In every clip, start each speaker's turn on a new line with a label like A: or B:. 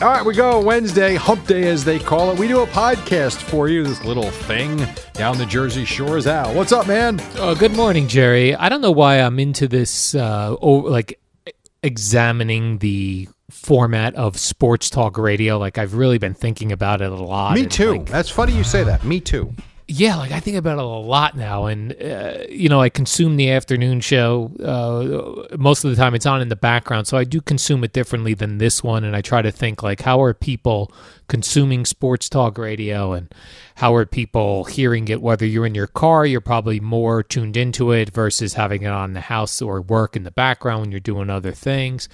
A: All right, we go Wednesday, hump day as they call it. We do a podcast for you, this little thing down the Jersey Shore. Is Al. What's up, man?
B: Uh, good morning, Jerry. I don't know why I'm into this, uh, o- like examining the format of sports talk radio. Like I've really been thinking about it a lot.
A: Me
B: and,
A: too.
B: like,
A: That's funny you say that. Me too.
B: yeah, like I think about it a lot now, and uh, you know, I consume the afternoon show uh, most of the time. It's on in the background, so I do consume it differently than this one. And I try to think like, how are people consuming sports talk radio, and how are people hearing it? Whether you're in your car, you're probably more tuned into it versus having it on the house or work in the background when you're doing other things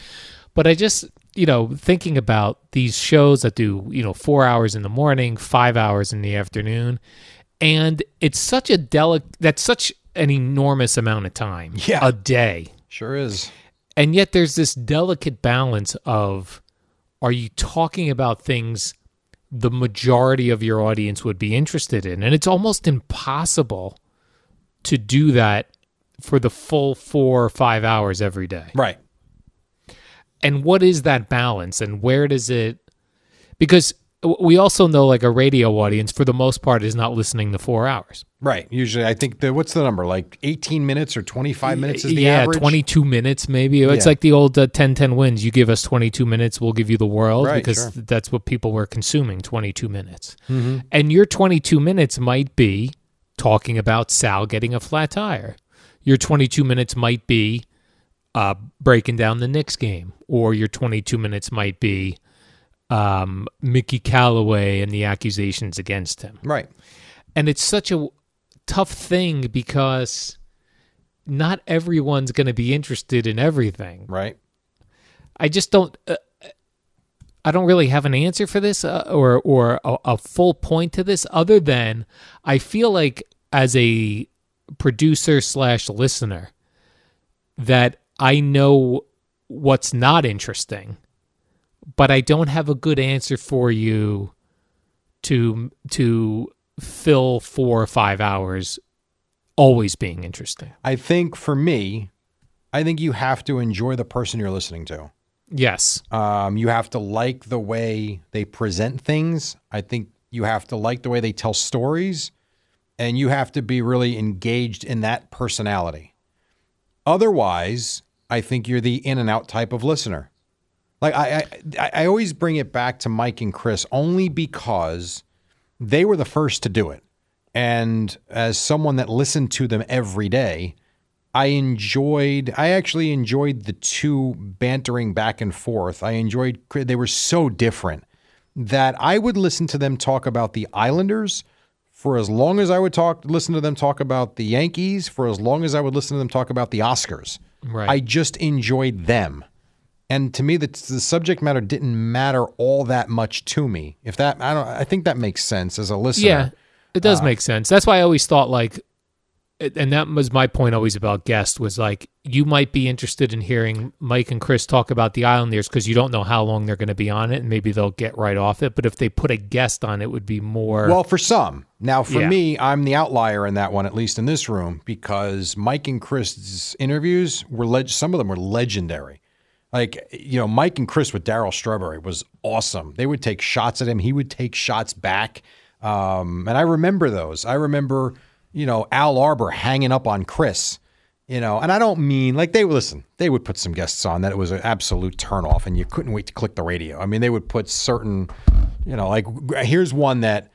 B: but I just you know thinking about these shows that do you know four hours in the morning, five hours in the afternoon, and it's such a delicate that's such an enormous amount of time
A: Yeah.
B: a day,
A: Sure is.
B: and yet there's this delicate balance of are you talking about things the majority of your audience would be interested in, and it's almost impossible to do that for the full four or five hours every day
A: Right.
B: and what is that balance and where does it because w- we also know like a radio audience for the most part is not listening the four hours
A: Right. Usually, I think the what's the number? Like 18 minutes or 25 minutes is the
B: yeah
A: average.
B: 22 minutes maybe it's
A: Yeah.
B: like the old uh, 10 10 wins you give us 22 minutes we'll give you the world
A: Right,
B: because
A: sure. Mm-hmm.
B: that's what people were consuming 22 minutes and your 22 minutes might be talking about sal getting a flat tire your 22 minutes might be uh, breaking down the Knicks game, or your 22 minutes might be um, Mickey Callaway and the accusations against him.
A: Right.
B: And it's such a tough thing because not everyone's going to be interested in everything.
A: Right.
B: I just don't. Uh, I don't really have an answer for this, uh, or or a, a full point to this, other than I feel like as a producer slash listener that I know what's not interesting, but I don't have a good answer for you to to fill four or five hours always being interesting.
A: I think for me, I think you have to enjoy the person you're listening to.
B: Yes.
A: Um, you have to like the way they present things. I think you have to like the way they tell stories, and you have to be really engaged in that personality. Otherwise, I think you're the in and out type of listener. Like I, I, I always bring it back to Mike and Chris only because they were the first to do it, and as someone that listened to them every day, I enjoyed. I actually enjoyed the two bantering back and forth. I enjoyed. They were so different that I would listen to them talk about the Islanders for as long as I would talk listen to them talk about the Yankees, for as long as I would listen to them talk about the Oscars.
B: Right.
A: I just enjoyed them. And to me the, the subject matter didn't matter all that much to me. If that I don't I think that makes sense as a listener.
B: Yeah, it does
A: uh,
B: make sense. That's why I always thought like, and that was my point always about guest was like you might be interested in hearing Mike and Chris talk about the Islanders because you don't know how long they're going to be on it, and maybe they'll get right off it. But if they put a guest on, it would be more.
A: Well, for some. Now, for
B: Yeah.
A: me, I'm the outlier in that one, at least in this room, because Mike and Chris's interviews were leg- some of them were legendary. Like you know, Mike and Chris with Daryl Strawberry was awesome. They would take shots at him. He would take shots back. Um, and I remember those. I remember you know Al Arbor hanging up on Chris. You know, and I don't mean like they listen. They would put some guests on that it was an absolute turnoff, and you couldn't wait to click the radio. I mean, they would put certain, you know, like here's one that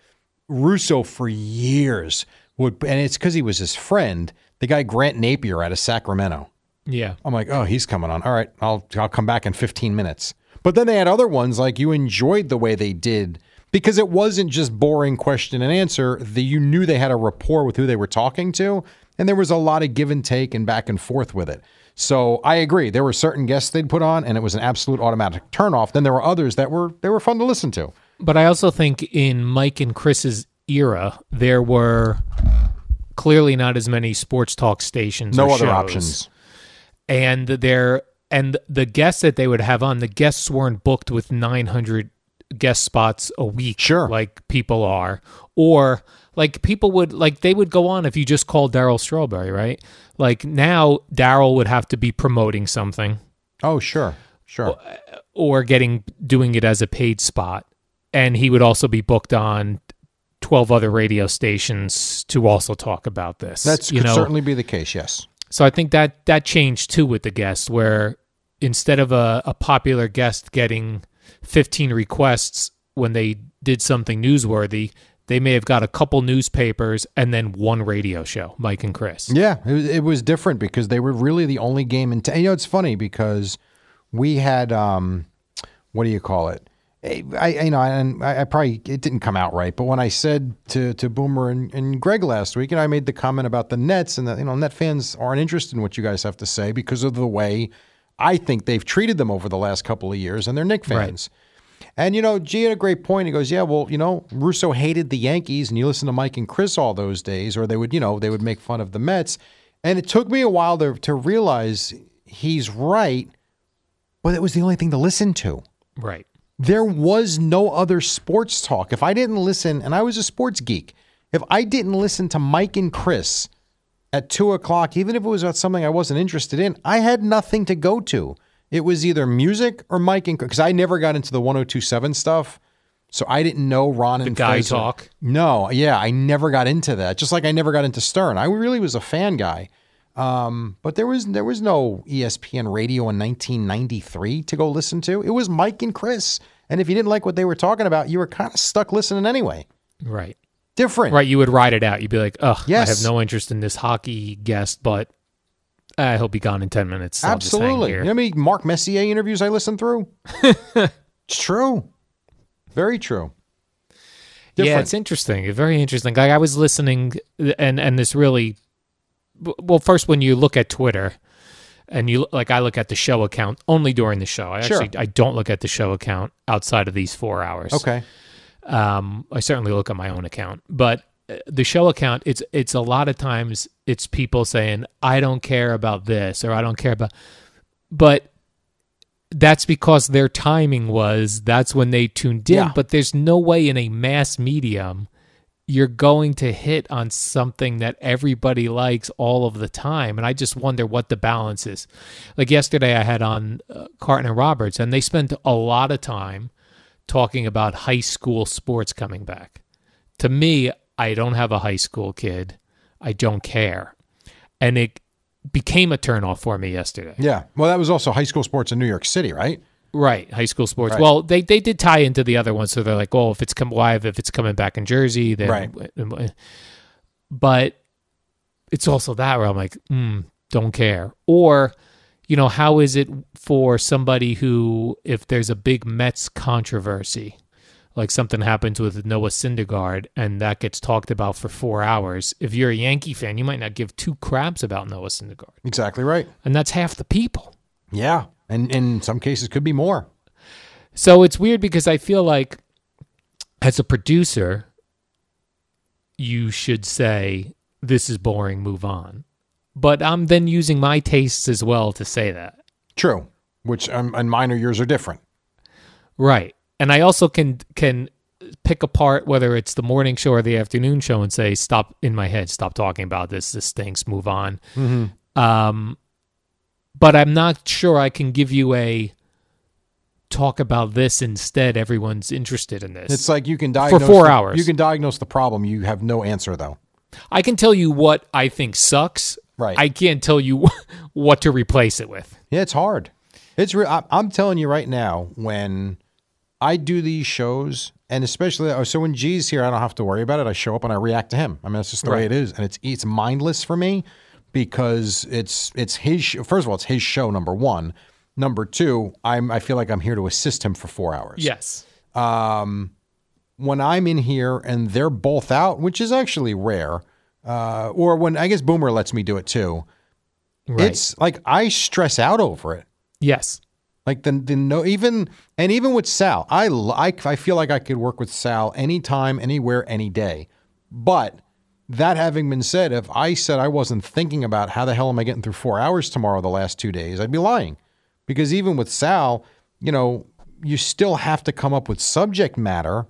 A: Russo for years would, and it's because he was his friend, the guy Grant Napier out of Sacramento.
B: yeah,
A: I'm like, oh, he's coming on. All right, I'll I'll come back in 15 minutes. But then they had other ones like you enjoyed the way they did because it wasn't just boring question and answer. The, you knew they had a rapport with who they were talking to, and there was a lot of give and take and back and forth with it. So I agree. There were certain guests they'd put on, and it was an absolute automatic turnoff. Then there were others that were they were fun to listen to.
B: But I also think in Mike and Chris's era, there were clearly not as many sports talk stations.
A: No
B: or
A: other
B: shows.
A: options.
B: and there and the guests that they would have on, the guests weren't booked with 900 guest spots a week,
A: Sure.
B: like people are, or like people would like they would go on if you just called Daryl Strawberry, right? Like now, Daryl would have to be promoting something
A: Oh, sure, sure.
B: or getting doing it as a paid spot and he would also be booked on 12 other radio stations to also talk about this
A: That's
B: you
A: could
B: know
A: certainly be the case. Yes.
B: so i think that that changed too with the guest where instead of a, a popular guest getting 15 requests when they did something newsworthy they may have got a couple newspapers and then one radio show mike and chris
A: Yeah, it was, it was different because they were really the only game in town. You know, it's funny because we had um, what do you call it? Eh, I, I you know, and I, I probably it didn't come out right, but when I said to to Boomer and, and Greg last week, and I made the comment about the Nets and that you know Net fans aren't interested in what you guys have to say because of the way I think they've treated them over the last couple of years, and they're Nick
B: Right.
A: fans. And you know, G had a great point. He goes, "Yeah, well, you know, Russo hated the Yankees, and you listen to Mike and Chris all those days, or they would, you know, they would make fun of the Mets." And it took me a while to to realize he's right, but it was the only thing to listen to.
B: right
A: There was no other sports talk. If I didn't listen, and I was a sports geek, if I didn't listen to Mike and Chris at two o'clock, even if it was about something I wasn't interested in, I had nothing to go to. It was either music or Mike and because I never got into the 1027 stuff. So I didn't know Ron and
B: guy
A: Fez-
B: talk.
A: No, yeah, I never got into that. Just like I never got into Stern. I really was a fan guy. Um, but there was there was no E ESPN radio in 1993 to go listen to. It was Mike and Chris, and if you didn't like what they were talking about, you were kind of stuck listening anyway.
B: right
A: Different,
B: Right, you would ride it out. You'd be like, "Ugh,
A: Yes.
B: I have no interest in this hockey guest, but I hope he gone in ten minutes." I'll just hang
A: Absolutely.
B: here."
A: You know how many Mark Messier interviews I listened through? it's true. Very true.
B: yeah,
A: Different.
B: it's interesting. It's Very interesting. Like I was listening, and and this really, well, first when you look at Twitter, and you like I look at the show account only during the show. I
A: Sure.
B: actually I don't look at the show account outside of these four hours.
A: Okay.
B: Um, I certainly look at my own account, but uh, the show account, it's it's a lot of times it's people saying I don't care about this or I don't care about, but that's because their timing was that's when they tuned in.
A: Yeah.
B: But there's no way in a mass medium you're going to hit on something that everybody likes all of the time. And I just wonder what the balance is. Like yesterday, I had on uh, Carton and Roberts, and they spent a lot of time talking about high school sports coming back. To me, I don't have a high school kid. I don't care. And it became a turnoff for me yesterday.
A: Yeah. Well, that was also high school sports in New York City, right?
B: Right, high school sports.
A: Right.
B: Well, they, they did tie into the other one, so they're like, oh, if it's come live, if it's coming back in Jersey, then.
A: Right.
B: eh." But it's also that where I'm like, mm, don't care. Or, you know, how is it for somebody who, if there's a big Mets controversy, like something happens with Noah Syndergaard and that gets talked about for four hours, if you're a Yankee fan, you might not give two craps about Noah Syndergaard.
A: Exactly right.
B: And that's half the people.
A: Yeah. And in some cases, could be more.
B: So it's weird because I feel like as a producer, you should say, this is boring, move on. But I'm then using my tastes as well to say that.
A: True. Which um, and minor years are different.
B: Right. And I also can can pick apart whether it's the morning show or the afternoon show and say, stop in my head, stop talking about this. This stinks, move on.
A: Mhm.
B: Um, but I'm not sure I can give you a talk about this instead. Everyone's interested in this.
A: It's like you can diagnose
B: four
A: the-
B: hours.
A: You can diagnose the problem. You have no answer though.
B: I can tell you what I think sucks.
A: Right.
B: I can't tell you what to replace it with.
A: Yeah, it's hard. It's real. I- I'm telling you right now, when I do these shows, and especially oh, so when G's here, I don't have to worry about it. I show up and I react to him. I mean, that's just the way
B: Right.
A: it is, and it's it's mindless for me because it's it's his. Sh- First of all, it's his show. Number one. Number two, I'm I feel like I'm here to assist him for four hours.
B: Yes.
A: um, when I'm in here and they're both out, which is actually rare, uh, or when I guess Boomer lets me do it too.
B: Right.
A: It's like I stress out over it.
B: Yes.
A: Like the the no even and even with Sal, I like I feel like I could work with Sal anytime, anywhere, any day. But that having been said, if I said I wasn't thinking about how the hell am I getting through four hours tomorrow the last two days, I'd be lying. Because even with Sal, you know, you still have to come up with subject matter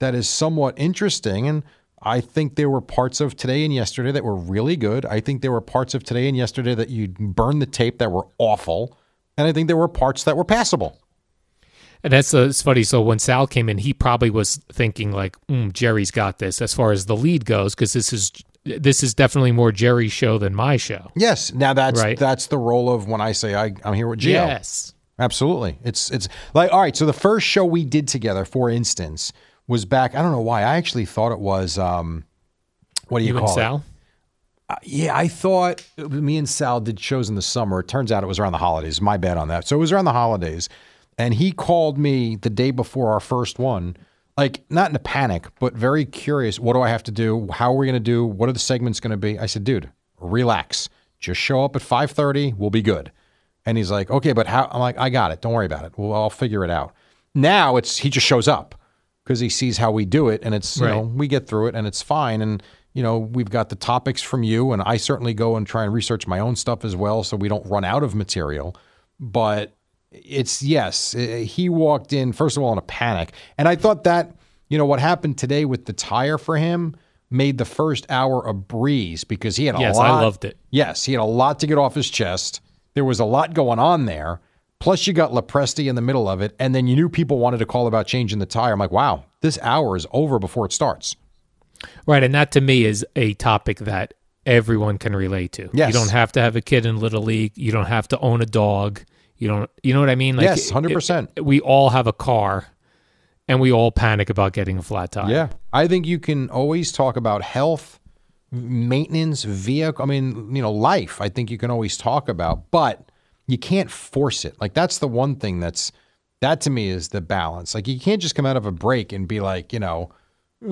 A: that is somewhat interesting. And I think there were parts of today and yesterday that were really good. I think there were parts of today and yesterday that you burned the tape that were awful. And I think there were parts that were passable.
B: And that's uh, it's funny. So when Sal came in, he probably was thinking like, mm, "Jerry's got this" as far as the lead goes, because this is this is definitely more Jerry's show than my show.
A: Yes. Now that's
B: Right.
A: that's the role of when I say I, I'm here with Gio.
B: Yes.
A: Absolutely. It's it's like all right, so the first show we did together, for instance, was back I don't know why. I actually thought it was um what do you,
B: You and
A: call it?
B: Sal.
A: Uh, yeah, I thought it was- me and Sal did shows in the summer. It turns out it was around the holidays. My bad on that. So it was around the holidays. And he called me the day before our first one, like not in a panic, but very curious. What do I have to do? How are we going to do? What are the segments going to be? I said, dude, relax. Just show up at 5.30. We'll be good. And he's like, okay, but how? I'm like, I got it. Don't worry about it. Well, I'll figure it out. Now it's he just shows up because he sees how we do it, and it's you know
B: Right.
A: we get through it, and it's fine. And you know we've got the topics from you, and I certainly go and try and research my own stuff as well, so we don't run out of material. But it's yes, eh, he walked in first of all in a panic, and I thought that you know what happened today with the tire for him made the first hour a breeze because he had a
B: Yes,
A: lot.
B: I loved it.
A: Yes, he had a lot to get off his chest. There was a lot going on there. Plus, you got Lepresti in the middle of it, and then you knew people wanted to call about changing the tire. I'm like, wow, this hour is over before it starts.
B: Right, and that to me is a topic that everyone can relate to.
A: Yes.
B: You don't have to have a kid in little league. You don't have to own a dog. You don't. You know what I mean?
A: Yes, 100%.
B: it- We all have a car, and we all panic about getting a flat tire.
A: Yeah, I think you can always talk about health, maintenance, vehicle. I mean, you know, life. I think you can always talk about, but you can't force it. Like that's the one thing that's that to me is the balance. Like you can't just come out of a break and be like, you know,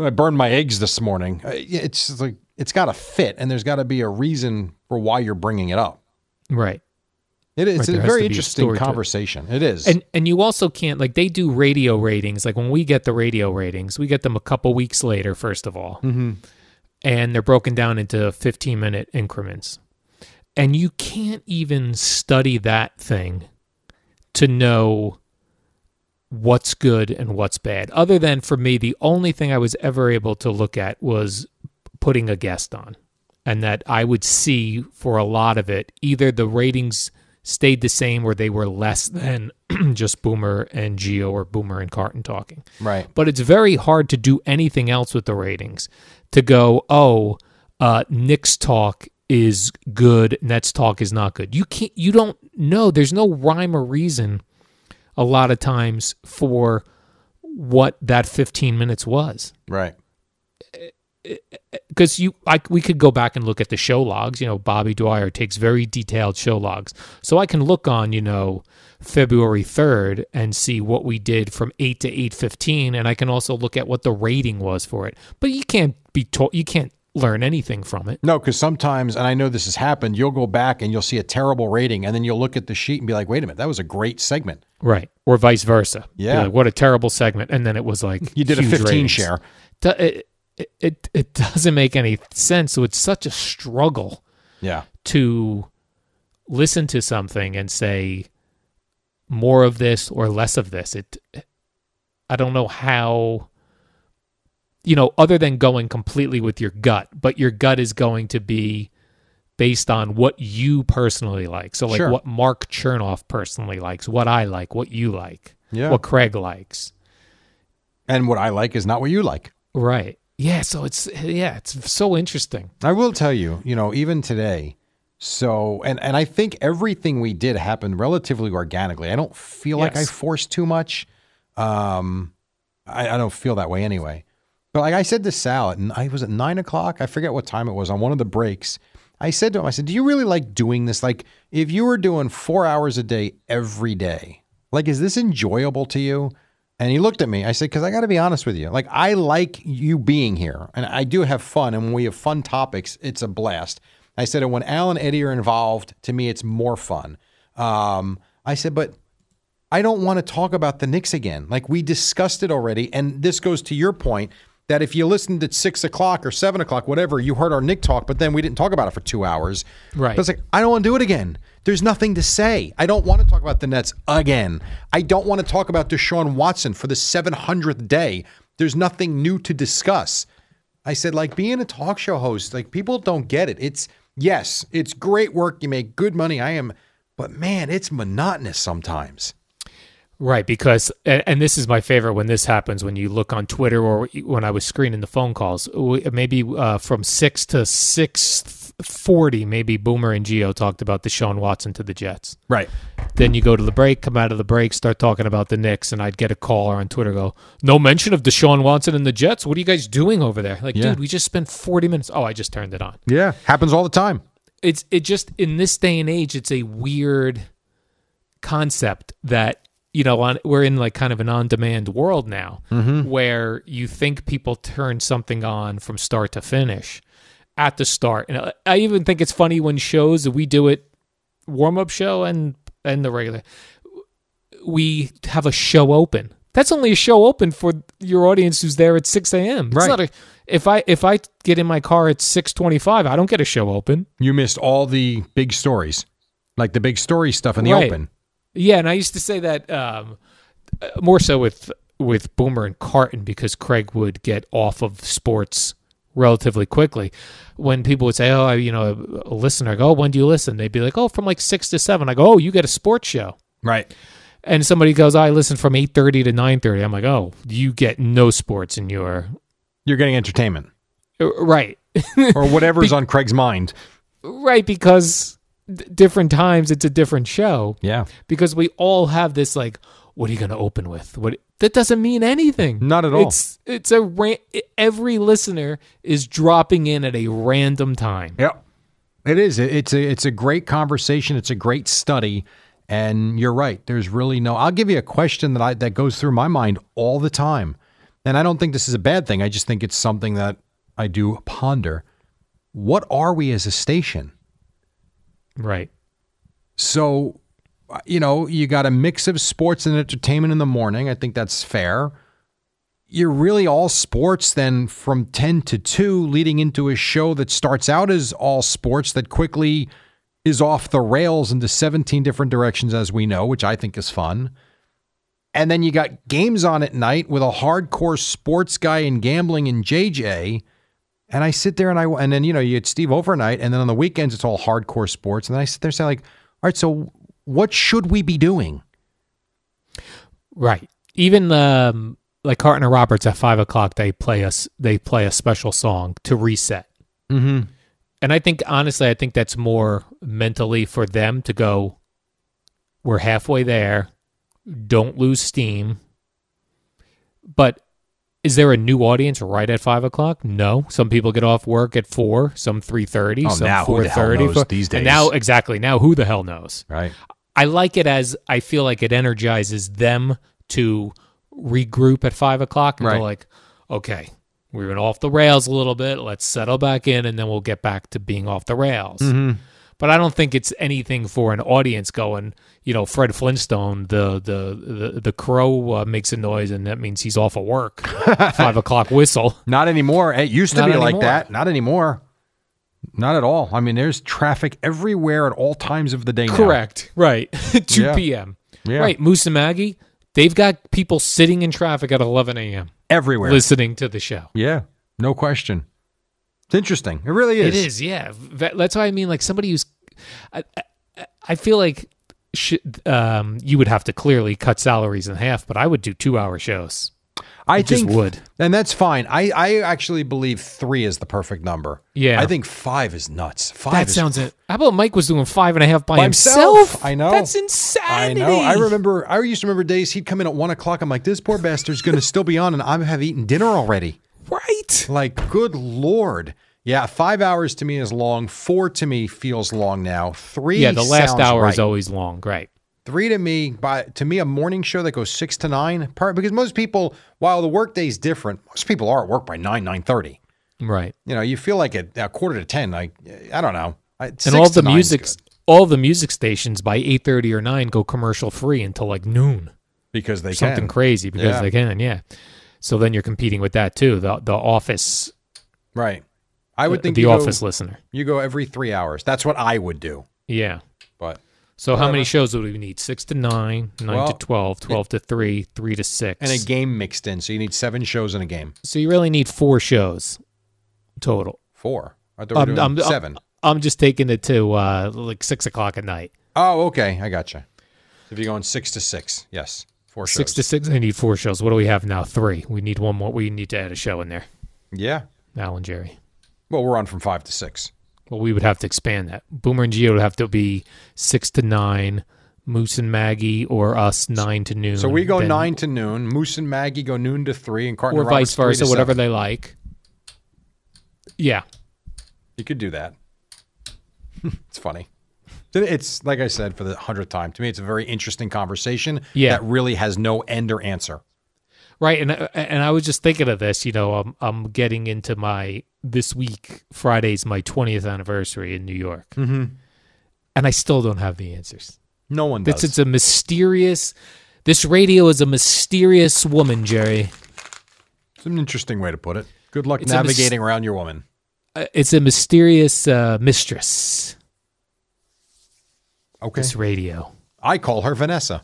A: I burned my eggs this morning. Uh, yeah, It's just like it's got to fit, and there's got to be a reason for why you're bringing it up.
B: Right.
A: It is
B: Right, there
A: a
B: has to
A: very
B: be a
A: interesting
B: story to it.
A: conversation. It is.
B: And and you also can't like they do radio ratings. Like when we get the radio ratings, we get them a couple weeks later. First of all,
A: Mhm.
B: and they're broken down into 15 minute increments. And you can't even study that thing to know what's good and what's bad. Other than for me, the only thing I was ever able to look at was putting a guest on, and that I would see for a lot of it either the ratings stayed the same or they were less than just Boomer and Geo or Boomer and Carton talking
A: right.
B: but it's very hard to do anything else with the ratings to go oh uh, nick's talk is good, Nets talk is not good. You can't you don't know. There's no rhyme or reason a lot of times for what that 15 minutes was.
A: Right.
B: Because you, I, we could go back and look at the show logs. You know, Bobby Dwyer takes very detailed show logs, so I can look on you know February third and see what we did from eight to eight fifteen, and I can also look at what the rating was for it. But you can't be taught, you can't learn anything from it.
A: No, because sometimes, and I know this has happened, you'll go back and you'll see a terrible rating, and then you'll look at the sheet and be like, wait a minute, that was a great segment.
B: Right. Or vice versa. Be
A: Yeah.
B: like, what a terrible segment. And then it was like
A: You did a
B: huge
A: 15
B: ratings.
A: share.
B: Do- It, it, it, it doesn't make any sense. So it's such a struggle
A: Yeah.
B: to listen to something and say more of this or less of this. It I don't know how you know other than going completely with your gut, but your gut is going to be based on what you personally like. So like
A: Sure.
B: what Mark Chernoff personally likes, what I like, what you like,
A: Yeah.
B: what Craig likes.
A: And what I like is not what you like.
B: Right. Yeah, so it's yeah, it's so interesting.
A: I will tell you, you know, even today, so and and I think everything we did happened relatively organically. I don't feel like I
B: Yes.
A: forced too much. Um I, I don't feel that way anyway. But like I said to Sal, at, n- I was at nine o'clock. I forget what time it was on one of the breaks. I said to him, I said, "Do you really like doing this? Like, if you were doing four hours a day every day, like, is this enjoyable to you?" And he looked at me. I said, "Because I got to be honest with you. Like, I like you being here, and I do have fun. And when we have fun topics, it's a blast." I said, "And when Al and Eddie are involved, to me, it's more fun." Um, I said, "But I don't want to talk about the Knicks again. Like we discussed it already. And this goes to your point that if you listened at six o'clock or seven o'clock, whatever, you heard our Nick talk, but then we didn't talk about it for two hours.
B: Right.
A: But it's like, I don't want to do it again. There's nothing to say. I don't want to talk about the Nets again. I don't want to talk about Deshaun Watson for the 700th day. There's nothing new to discuss. I said, like being a talk show host, like people don't get it. It's yes, it's great work. You make good money. I am, but man, it's monotonous sometimes.
B: Right, because and, and this is my favorite when this happens when you look on Twitter or when I was screening the phone calls. We- Maybe uh, from six to six forty, maybe Boomer and Geo talked about Deshaun Watson to the Jets.
A: Right.
B: Then you go to the break, come out of the break, start talking about the Knicks, and I'd get a caller on Twitter go, "No mention of Deshaun Watson and the Jets. What are you guys doing over there?" Like,
A: Yeah.
B: dude, we just spent forty minutes. Oh, I just turned it on.
A: Yeah, happens all the time.
B: it's it just in this day and age it's a weird concept that you know on we're in like kind of an on demand world now where you think people turn something on from start to finish at the start and I- i even think it's funny when shows we do it warm up show and and the regular we have a show open. That's only a show open for your audience who's there at six a.m. It's
A: Right.
B: not a- if I if I get in my car at six twenty-five, I don't get a show open.
A: You missed all the big stories, like the big story stuff in the
B: Right.
A: open.
B: Yeah, and I used to say that um, uh, more so with with Boomer and Carton because Craig would get off of sports relatively quickly. When people would say, "Oh, I, you know, a listener," I go, "Oh, when do you listen?" They'd be like, "Oh, from like six to 7. I go, "Oh, you get a sports show."
A: Right.
B: and somebody goes, "I listen from eight thirty to 9.30. I'm like, "Oh, you get no sports in your uh,
A: You're getting entertainment
B: right,
A: or whatever's on Craig's mind.
B: right?" Because d- different times it's a different show.
A: Yeah.
B: Because we all have this like, "What are you going to open with?" What that doesn't mean anything.
A: Not at all.
B: It's it's a ran- every listener is dropping in at a random time.
A: Yeah. It is. It- It's a it's a great conversation. It's a great study. And you're right. There's really no I'll give you a question that I that goes through my mind all the time. And I don't think this is a bad thing. I just think it's something that I do ponder. What are we as a station?
B: Right.
A: So, uh, you know, you got a mix of sports and entertainment in the morning. I think that's fair. You're really all sports then from 10 to 2, leading into a show that starts out as all sports that quickly is off the rails into 17 different directions, as we know, which I think is fun. And then you got games on at night with a hardcore sports guy in gambling and JJ. And I sit there and I and then you know you had Steve overnight, and then on the weekends it's all hardcore sports. And then I sit there saying like, all right, so what should we be doing?
B: Right. Even um, like Carton and Roberts at five o'clock, they play us. They play a special song to reset.
A: Mm-hmm.
B: And I think honestly, I think that's more mentally for them to go. We're halfway there. Don't lose steam. But is there a new audience right at five o'clock? No. Some people get off work at four, some three thirty,
A: Oh,
B: some
A: now who
B: four
A: the hell
B: thirty.
A: knows these
B: And now
A: days?
B: exactly now who the hell knows?
A: Right.
B: I like it as I feel like it energizes them to regroup at five o'clock and go
A: Right.
B: like, okay, we went off the rails a little bit. Let's settle back in, and then we'll get back to being off the rails.
A: Mm-hmm.
B: But I don't think it's anything for an audience going, you know, Fred Flintstone, the the the, the crow uh, makes a noise, and that means he's off of work. five o'clock whistle.
A: Not anymore. It used to
B: Not
A: be like
B: anymore.
A: that. Not anymore. Not at all. I mean, there's traffic everywhere at all times of the day. now.
B: Correct. Right. 2
A: Yeah.
B: p.m.
A: Yeah.
B: Right. Moose and Maggie, they've got people sitting in traffic at 11 a.m.
A: Everywhere.
B: listening to the show.
A: Yeah. No question. It's interesting. It really is.
B: It is, yeah. V- That's why I mean, like somebody who's, I, I, I feel like, sh- um, you would have to clearly cut salaries in half, but I would do two-hour shows.
A: I
B: It just
A: think
B: would.
A: and that's fine. I, I actually believe three is the perfect number.
B: Yeah.
A: I think five is nuts. Five
B: That
A: is
B: sounds it. How about Mike was doing five and a half by,
A: By
B: himself?
A: himself. I know.
B: That's
A: I
B: insanity.
A: know. I remember. I used to remember days he'd come in at one o'clock. I'm like, this poor bastard's going to still be on, and I have eaten dinner already.
B: Right.
A: Like, good lord. Yeah, five hours to me is long. Four to me feels long now. Three.
B: Yeah, the last
A: sounds
B: hour is
A: right.
B: always long. Right.
A: Three to me, by to me, a morning show that goes six to nine. Part because most people, while the workday's different, most people are at work by nine nine thirty.
B: Right.
A: You know, you feel like at a quarter to ten. Like, I don't know. I- six
B: And all
A: to
B: the
A: nine's
B: music,
A: good
B: all the music stations by eight thirty or nine go commercial free until like noon.
A: because they
B: something
A: can.
B: crazy because
A: Yeah.
B: they can. Yeah. So then you're competing with that too. The the office.
A: Right. I would think
B: Uh, the
A: you go-
B: office listener.
A: You go every three hours. That's what I would do.
B: Yeah.
A: But
B: So how many shows would we need? Six to nine, nine
A: Well,
B: to twelve, twelve to three, three to six.
A: and a game mixed in, so you need seven shows in a game.
B: so you really need four shows total.
A: Four. I thought we were doing seven.
B: I'm just taking it to uh, like six o'clock at night.
A: oh, okay. I gotcha. If you're going six to six, yes, four shows.
B: Six to six. I need four shows. What do we have now? Three. We need one more. We need to add a show in there.
A: Yeah.
B: Al and Jerry.
A: Well, we're on from five to six.
B: Well, we would have to expand that. Boomer and Geo would have to be six to nine, Moose and Maggie, or us nine to noon.
A: So we go
B: then-
A: nine to noon. Moose and Maggie go noon to three, and Carton
B: or
A: and Roberts
B: vice versa,
A: three to
B: whatever
A: seven.
B: they like. Yeah,
A: You could do that. it's funny. It's like I said for the hundredth time. To me, it's a very interesting conversation
B: Yeah.
A: that really has no end or answer.
B: right. And uh, and I was just thinking of this. You know, I'm I'm getting into my this week. Friday's my 20th anniversary in New York, mm-hmm. and I still don't have the answers.
A: No one does.
B: This it's a mysterious. This radio is a mysterious woman, Jerry.
A: It's an interesting way to put it. Good luck
B: It's a mis-
A: navigating around your woman.
B: Uh, It's a mysterious uh, mistress.
A: Okay.
B: This radio.
A: I call her Vanessa.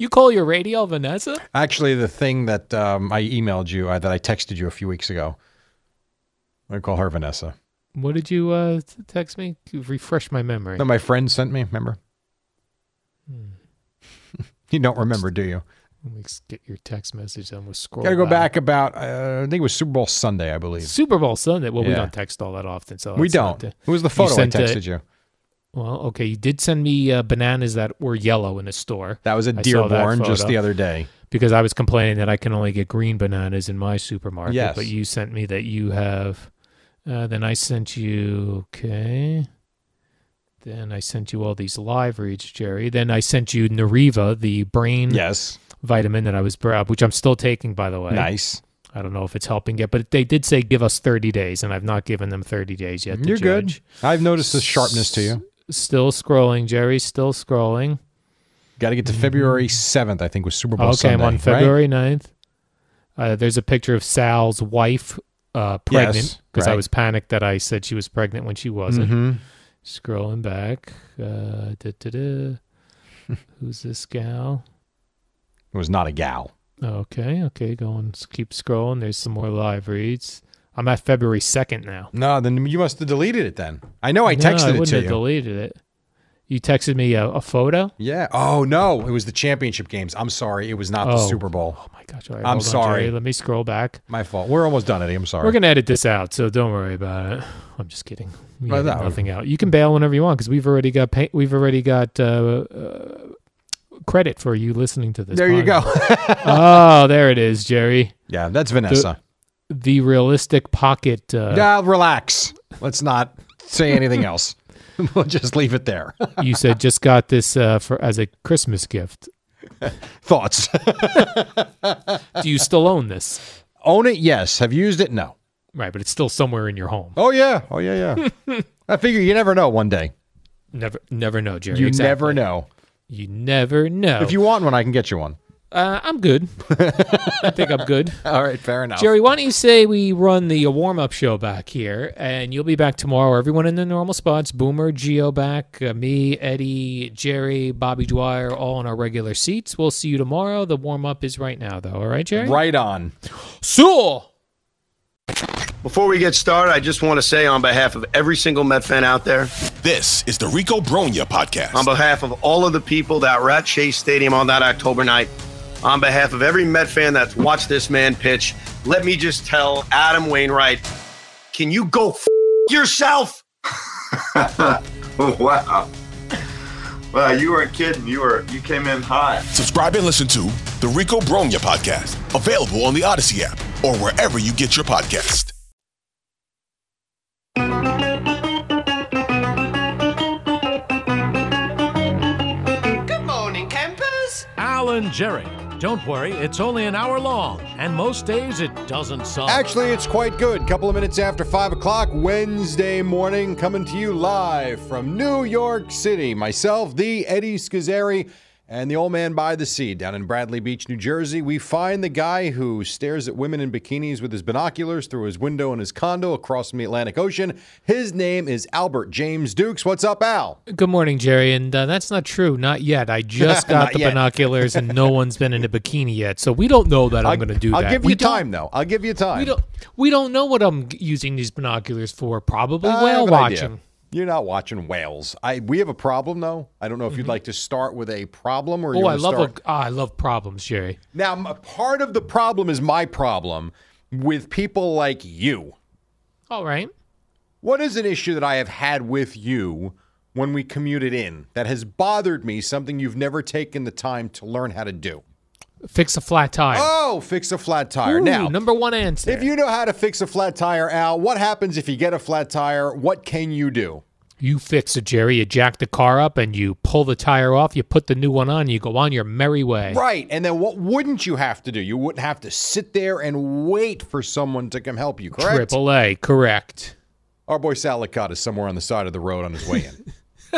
B: You call your radio Vanessa?
A: Actually, the thing that um, I emailed you, uh, that I texted you a few weeks ago, I call her Vanessa.
B: What did you uh, t- text me? You refresh my memory.
A: That my friend sent me, remember?
B: Hmm.
A: you don't remember, do you?
B: Let me s- get your text message. Then we'll scroll.
A: Gotta go back about, uh, I think it was Super Bowl Sunday, I believe.
B: Super Bowl Sunday. Well, we
A: Yeah.
B: don't text all that often, so
A: We
B: it's not
A: don't.
B: the-
A: It was the photo I
B: sent a-
A: texted you.
B: uh, well, okay, you did send me uh, bananas that were yellow in a store.
A: That was
B: I
A: at
B: saw that
A: Dearborn just
B: photo
A: the other day.
B: because I was complaining that I can only get green bananas in my supermarket.
A: Yes.
B: but you sent me that you have. Uh, then I sent you okay. Then I sent you all these live reads, Jerry. Then I sent you Nariva, the brain
A: Yes.
B: vitamin that I was, br- which I'm still taking, by the way.
A: Nice.
B: I don't know if it's helping yet, but they did say give us 30 days, and I've not given them 30 days yet. to
A: You're
B: judge.
A: good. I've noticed the sharpness to you.
B: Still scrolling, Jerry. Still scrolling.
A: Got to get to February 7th, I think, was Super Bowl
B: Mm-hmm. okay,
A: Sunday.
B: I'm on
A: right?
B: February 9th. Uh, there's a picture of Sal's wife uh, pregnant
A: Yes,
B: because I
A: right. Mm-hmm.
B: was panicked that I said she was pregnant when she wasn't. Scrolling back. Uh, da-da-da. Who's this gal?
A: It was not a gal.
B: Okay, okay. Going, keep scrolling. There's some more live reads. I'm at February 2nd now.
A: No, then you must have deleted it then. Oh, I know I texted
B: no, I
A: it
B: wouldn't
A: to
B: have
A: you.
B: deleted it. You texted me a, a photo.
A: Yeah. Oh no, it was the championship games. I'm sorry, it was not the
B: Oh.
A: Super Bowl.
B: Oh my gosh! all right,
A: I'm
B: hold on,
A: sorry.
B: Jerry. Let me scroll back.
A: My fault. We're almost done, Eddie. I'm sorry.
B: We're gonna edit this out, so don't worry about it. I'm just kidding. We
A: Well,
B: edit
A: no.
B: nothing out. You can bail whenever you want because we've already got pay- we've already got uh, uh, credit for you listening to this.
A: There you go.
B: podcast. oh, there it is, Jerry.
A: yeah, that's Vanessa.
B: The, the realistic pocket. Uh,
A: yeah, relax. Let's not say anything else. we'll just leave it there.
B: You said just got this uh, for as a Christmas gift.
A: Thoughts?
B: Do you still own this?
A: Own it? Yes. Have used it? No.
B: Right, but it's still somewhere in your home.
A: Oh yeah. Oh yeah. Yeah. I figure you never know. One day
B: Never, never know, Jerry.
A: you
B: exactly.
A: never know.
B: You never know.
A: If you want one, I can get you one.
B: uh, I'm good. I think I'm good.
A: All right. Fair enough.
B: Jerry, why don't you say we run the warm up show back here, and you'll be back tomorrow. Everyone in the normal spots Boomer, Geo back, uh, me, Eddie, Jerry, Bobby Dwyer, all in our regular seats. We'll see you tomorrow. The warm up is right now, though. All right, Jerry?
A: Right on.
B: So.
C: Before we get started, I just want to say on behalf of every single Met fan out there,
D: This is the Rico Bronya podcast.
C: on behalf of all of the people that were at Chase Stadium on that October night, on behalf of every Met fan that's watched this man pitch, let me just tell Adam Wainwright, can you go f- yourself?
E: wow. Wow, you weren't kidding. You were you came in hot.
D: Subscribe and listen to the Rico Bronya podcast, available on the Odyssey app or wherever you get your podcast.
F: Good morning, campers.
G: Alan Jerry. Don't worry, it's only an hour long, and most days it doesn't suck.
A: Actually, it's quite good. Couple of minutes after 5 o'clock, Wednesday morning, coming to you live from New York City. Myself, the Eddie Scazzeri, and the old man by the sea down in Bradley Beach, New Jersey. We find the guy who stares at women in bikinis with his binoculars through his window in his condo across from the Atlantic Ocean. His name is Albert James Dukes. What's up, Al?
B: Good morning, Jerry. And uh, that's not true. Not yet. I just
A: Not
B: got the
A: yet.
B: binoculars, and no one's been in a bikini yet. So we don't know that I'm going to do
A: I'll
B: that.
A: give
B: we
A: you
B: don't-
A: time, though. I'll give you time.
B: We don't. We don't know what I'm g- using these binoculars for. Probably
A: I
B: whale
A: have an idea.
B: watching.
A: You're not watching whales. I we have a problem though. I don't know if you'd like to start with a problem or.
B: Mm-hmm. Oh,
A: you
B: I
A: wanna
B: love.
A: start...
B: A, ah, I love problems, Jerry.
A: Now, m- part of the problem is my problem with people like you.
B: All right.
A: What is an issue that I have had with you when we commuted in that has bothered me? Something you've never taken the time to learn how to do.
B: Fix a flat tire.
A: Oh, fix a flat tire.
B: Ooh,
A: now,
B: number one answer.
A: if you know how to fix a flat tire, Al, what happens if you get a flat tire? What can you do?
B: You fix it, Jerry. You jack the car up and you pull the tire off. You put the new one on. You go on your merry way.
A: Right. And then what wouldn't you have to do? You wouldn't have to sit there and wait for someone to come help you, correct?
B: Triple A. Correct.
A: Our boy Salicott is somewhere on the side of the road on his way in.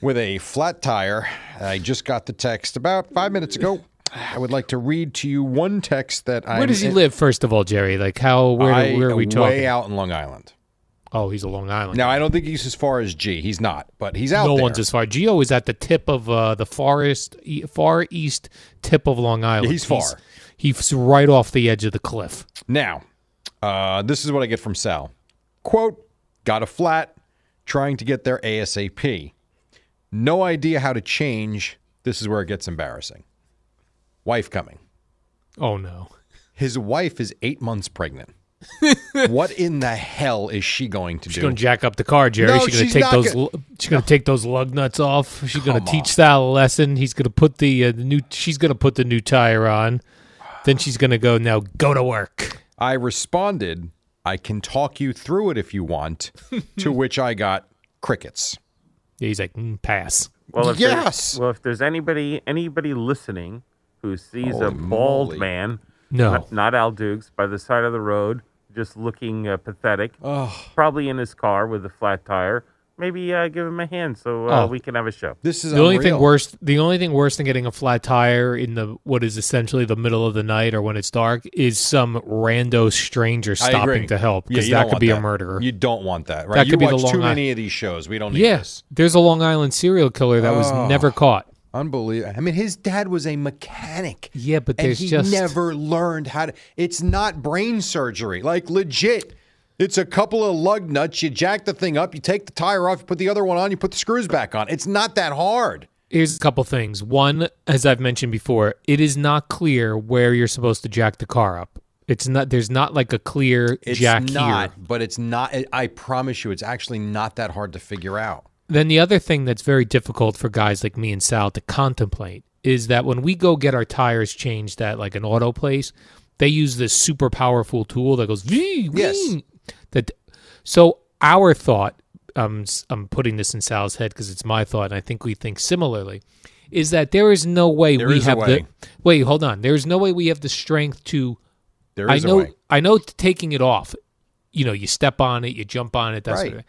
A: With a flat tire, I just got the text about five minutes ago. I would like to read to you one text that I.
B: Where does he live, first of all, Jerry? Like how? Where? do- where are we talking?
A: Way out in Long Island.
B: Oh, he's a Long Island.
A: Now I don't think he's as far as G. He's not, but he's out
B: no
A: there.
B: one's as far. Geo is at the tip of uh, the forest, e- far east tip of Long Island.
A: he's far.
B: he's right off the edge of the cliff.
A: Now, uh, this is what I get from Sal. Quote, got a flat, trying to get there ASAP. No idea how to change. This is where it gets embarrassing. Wife coming.
B: Oh no.
A: His wife is eight months pregnant. what in the hell is she going to
B: She's
A: do?
B: gonna jack up the car, Jerry.
A: No,
B: she's gonna
A: she's
B: take
A: not
B: those.
A: gonna-
B: lu- she's gonna take those lug nuts off. She's gonna
A: Come
B: teach
A: on.
B: Sal a lesson. He's gonna put the, uh, the new. She's gonna put the new tire on. Then she's gonna go. Now go to work.
A: I responded, I can talk you through it if you want, to which I got crickets.
B: He's like, mm, pass.
H: Well, if there's-
A: Yes.
H: Well, if there's anybody anybody listening who sees a
A: Holy
H: bald
A: moly.
H: man,
B: No.
H: not, not Al Dukes, by the side of the road, just looking uh, pathetic,
A: Ugh.
H: probably in his car with a flat tire, maybe uh, give him a hand so uh,
B: Oh.
H: we can have a show.
A: This is
B: the only thing
A: unreal.
B: worse. The only thing worse than getting a flat tire in the what is essentially the middle of the night or when it's dark is some rando stranger
A: I agree.
B: stopping to help
A: Yeah,
B: because
A: you don't
B: that
A: want
B: could be
A: that.
B: a murderer.
A: You don't want that, right?
B: That
A: you
B: could be
A: watch
B: the
A: too
B: Long Island-
A: many of these shows. We don't need
B: yeah,
A: this.
B: there's a Long Island serial killer that was
A: Oh.
B: never caught.
A: Unbelievable. I mean, his dad was a mechanic.
B: Yeah, but
A: and
B: there's
A: he
B: just
A: never learned how to. It's not brain surgery. Like legit, It's a couple of lug nuts. You jack the thing up, you take the tire off, you put the other one on, you put the screws back on. It's not that hard.
B: Here's a couple things. One, as I've mentioned before, it is not clear where you're supposed to jack the car up. It's not. There's not like a clear
A: It's
B: jack
A: not,
B: here.
A: but it's not. I- I promise you, it's actually not that hard to figure out.
B: Then the other thing that's very difficult for guys like me and Sal to contemplate is that when we go get our tires changed at like an auto place, they use this super powerful tool that goes vee yes. That so our thought, um, s- I'm putting this in Sal's head because it's my thought, and I think we think similarly, is that there is no way
A: There
B: we
A: is a
B: have
A: way.
B: the wait. Hold on, there is no way we have the strength to.
A: There is
B: I
A: a
B: know.
A: way.
B: I know t- taking it off, you know, you step on it, you jump on it, that's
A: Right.
B: right.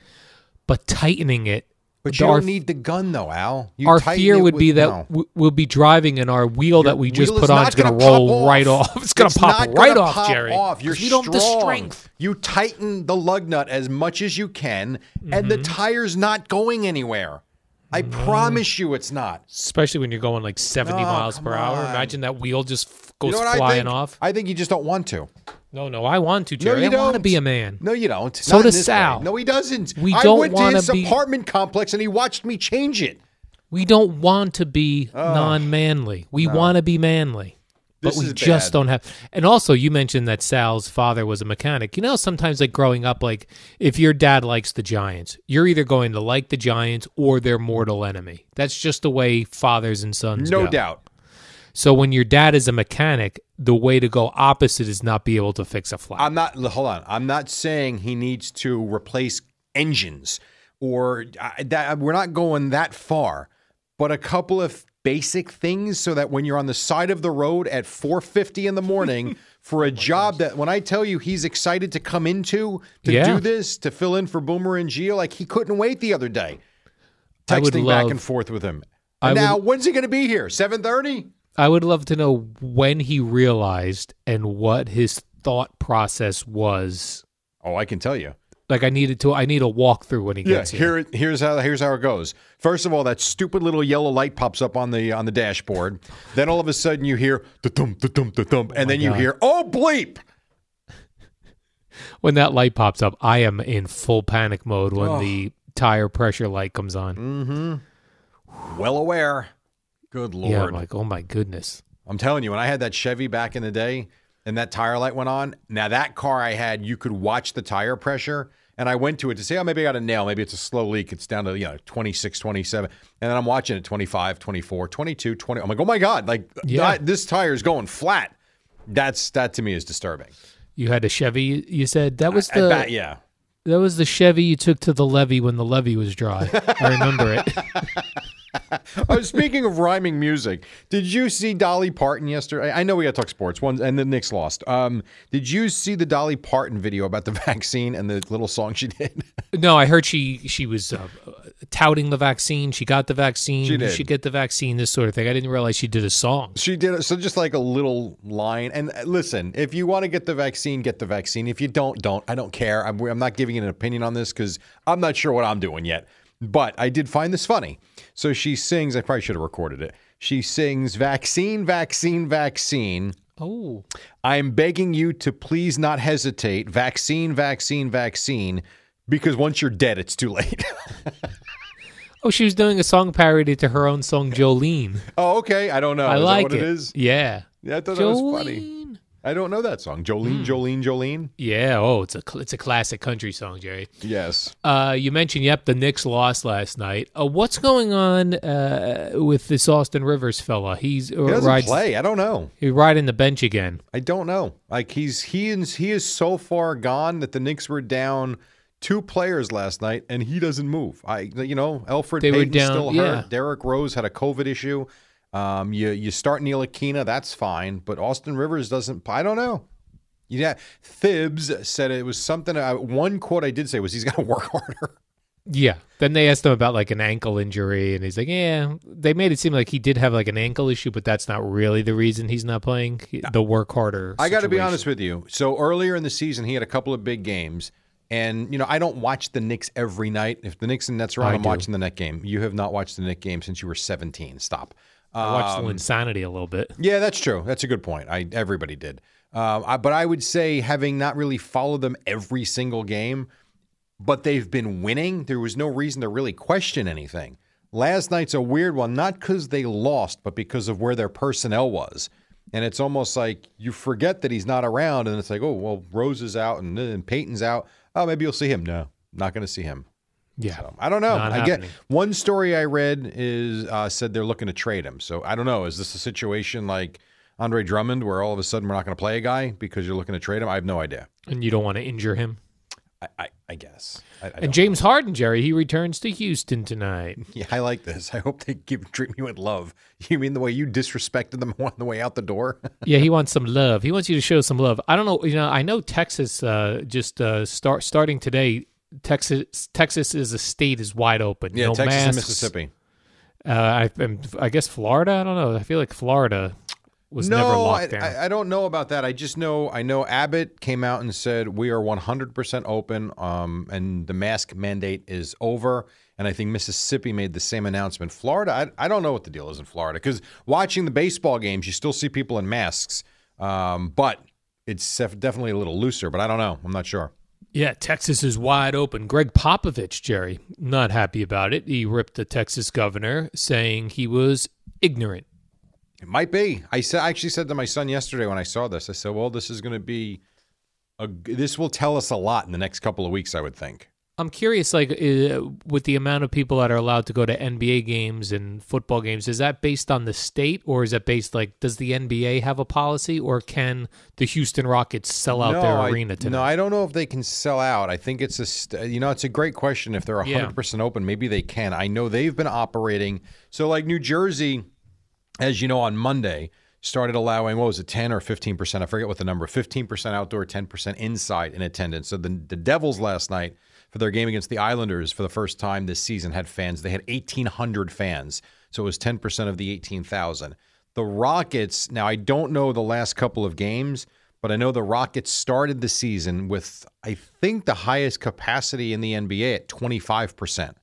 B: But tightening it,
A: But
B: the-
A: you
B: our,
A: don't need the gun, though, Al. You
B: our
A: tighten
B: fear
A: it
B: would
A: with-
B: be that
A: no.
B: w- we'll be driving and our wheel that we just
A: Wheel
B: put
A: is
B: on
A: not
B: is going
A: gonna
B: to
A: pop
B: roll right off. It's going to pop
A: not
B: right
A: gonna
B: off,
A: pop
B: Jerry.
A: Off.
B: 'cause
A: You're
B: we don't have the
A: strong.
B: strength.
A: You tighten the lug nut as much as you can, and the
B: Mm-hmm.
A: tire's not going anywhere. I
B: Mm.
A: promise you, it's not.
B: Especially when you're going like 70
A: No,
B: miles per
A: come
B: hour.
A: on.
B: Imagine that wheel just f- goes
A: You know what I
B: flying
A: think?
B: off.
A: I think you just don't want to.
B: No, no, I want to,
A: No,
B: Jerry.
A: you
B: I want to
A: don't.
B: be a man.
A: No, you don't.
B: So
A: Not in
B: does
A: this
B: Sal.
A: way. No, he doesn't.
B: We
A: I
B: don't
A: went to
B: wanna
A: his
B: be-
A: apartment complex and he watched me change it.
B: We don't want to be non manly. We
A: Ah. no.
B: want to be manly. But
A: This
B: we
A: is
B: just
A: bad.
B: don't have. And also, you mentioned that Sal's father was a mechanic. You know, sometimes, like growing up, like if your dad likes the Giants, you're either going to like the Giants or their mortal enemy. That's just the way fathers and sons
A: No
B: go.
A: doubt.
B: So, when your dad is a mechanic, the way to go opposite is not be able to fix a flat.
A: I'm not. l- Hold on. I'm not saying he needs to replace engines or I, that. We're not going that far, but a couple of basic things so that when you're on the side of the road at 4:50 in the morning for a job that when I tell you he's excited to come into to
B: Yeah.
A: do this to fill in for Boomer and Gio, like he couldn't wait the other day,
B: I would
A: texting back
B: love-
A: and forth with him.
B: I
A: And
B: would-
A: now, when's he going to be here? 7:30?
B: I would love to know when he realized and what his thought process was.
A: Oh, I can tell you.
B: Like I needed to. I need a walkthrough when he
A: Yeah,
B: gets
A: here it- here's how here's how it goes. First of all, that stupid little yellow light pops up on the on the dashboard. then all of a sudden you hear the thump the thump the thump, and then you
B: God.
A: hear oh bleep.
B: When that light pops up, I am in full panic mode when
A: Oh.
B: the tire pressure light comes on.
A: Mm-hmm. Well aware. Good lord.
B: Yeah, I'm like, oh my goodness.
A: I'm telling you, when I had that Chevy back in the day, and that tire light went on. Now that car I had, you could watch the tire pressure. And I went to it to say, oh, maybe I got a nail. Maybe it's a slow leak. It's down to, you know, 26, 27. And then I'm watching it 25, 24, 22, 20. I'm like, oh my God, like
B: Yeah.
A: I- this tire is going flat. That's that to me is disturbing.
B: You had a Chevy. You said that was
A: I
B: the
A: bet, yeah.
B: That was the Chevy you took to the levee when the levee was dry. I remember it.
A: Oh, speaking of rhyming music, did you see Dolly Parton yesterday? I I know we got to talk sports one, and the Knicks lost. Um, did you see the Dolly Parton video about the vaccine and the little song she did?
B: No, I heard she she was uh, touting the vaccine. She got the vaccine.
A: She
B: You
A: did.
B: should get the vaccine. This sort of thing. I didn't realize she did a song.
A: She did it. So just like a little line. And uh, listen, if you want to get the vaccine, get the vaccine. If you don't, don't. I don't care. I'm, I'm not giving an opinion on this because I'm not sure what I'm doing yet. But I did find this funny. So she sings. I probably should have recorded it. She sings vaccine, vaccine, vaccine.
B: Oh.
A: I'm begging you to please not hesitate. Vaccine, vaccine, vaccine. Because once you're dead, it's too late.
B: Oh, she was doing a song parody to her own song Jolene.
A: oh, okay. I don't know.
B: I
A: Is that
B: like
A: what
B: it.
A: it is?
B: Yeah.
A: Yeah, I thought that was funny. I don't know that song. Jolene,
B: Hmm.
A: Jolene, Jolene.
B: Yeah. Oh, it's a cl- it's a classic country song, Jerry.
A: Yes.
B: Uh, you mentioned, yep, the Knicks lost last night. Uh, what's going on uh, with this Austin Rivers fella? He's uh,
A: He doesn't
B: rides,
A: play. I don't know.
B: He's riding the bench again.
A: I don't know. Like he's he is he is so far gone that the Knicks were down two players last night, and he doesn't move. I you know Alfred
B: They were
A: Payton's
B: down-
A: still
B: yeah.
A: hurt. Derrick Rose had a COVID issue. Um, you you start Neil Aquina, that's fine, but Austin Rivers doesn't. I don't know. Yeah, Thibs said it was something. I, one quote I did say was he's got to work harder.
B: Yeah. Then they asked him about like an ankle injury, and he's like, yeah. They made it seem like he did have like an ankle issue, but that's not really the reason he's not playing. He- The work harder.
A: I got to be
B: situation.
A: honest with you. So earlier in the season, he had a couple of big games, and you know I don't watch the Knicks every night. If the Knicks and Nets are on,
B: I
A: I'm
B: do.
A: watching the Net game. You have not watched the Knicks game since you were 17. Stop.
B: I watched the
A: Um,
B: insanity a little bit.
A: yeah, that's true. That's a good point. I everybody did. Uh, I, but I would say, having not really followed them every single game, but they've been winning, there was no reason to really question anything. Last night's a weird one, not because they lost, but because of where their personnel was. And it's almost like you forget that he's not around, and it's like, oh, well, Rose is out and, uh, and Peyton's out. Oh, maybe you'll see him. No, not going to see him.
B: Yeah.
A: So, I don't know.
B: Not
A: I get
B: happening.
A: one story I read is uh, said they're looking to trade him. So I don't know. Is this a situation like Andre Drummond where all of a sudden we're not going to play a guy because you're looking to trade him? I have no idea.
B: And you don't want to injure him.
A: I, I, I guess. I, I
B: and James Harden, Jerry, he returns to Houston tonight.
A: Yeah, I like this. I hope they give, treat me with love. You mean the way you disrespected them on the way out the door?
B: yeah, he wants some love. He wants you to show some love. I don't know. You know, I know Texas uh, just uh, start starting today. Texas, Texas as a state is wide open.
A: Yeah,
B: no
A: Texas and
B: masks.
A: Mississippi.
B: Uh, I, and I guess Florida. I don't know. I feel like Florida was
A: no,
B: never
A: I,
B: locked down.
A: I, I don't know about that. I just know I know Abbott came out and said we are 100% open, um, and the mask mandate is over. And I think Mississippi made the same announcement. Florida, I, I don't know what the deal is in Florida because watching the baseball games, you still see people in masks, um, but it's def- definitely a little looser. But I don't know. I'm not sure.
B: Yeah, Texas is wide open. Greg Popovich, Jerry, not happy about it. He ripped the Texas governor, saying he was ignorant.
A: It might be. I said. I actually said to my son yesterday when I saw this. I said, "Well, this is going to be a. g- This will tell us a lot in the next couple of weeks. I would think."
B: I'm curious, like, uh, with the amount of people that are allowed to go to NBA games and football games, is that based on the state or is that based, like, does the NBA have a policy or can the Houston Rockets sell out their arena
A: I,
B: tonight?
A: No, I don't know if they can sell out. I think it's a st- you know it's a great question. If they're
B: Yeah.
A: hundred percent open, maybe they can. I know they've been operating. So like New Jersey, as you know, on Monday started allowing what was it ten or fifteen percent? I forget what the number. Fifteen percent outdoor, ten percent inside in attendance. So the the Devils last night for their game against the Islanders for the first time this season had fans. They had eighteen hundred fans. So it was ten percent of the eighteen thousand. The Rockets, now I don't know the last couple of games, but I know the Rockets started the season with, I think, the highest capacity in the NBA at 25%.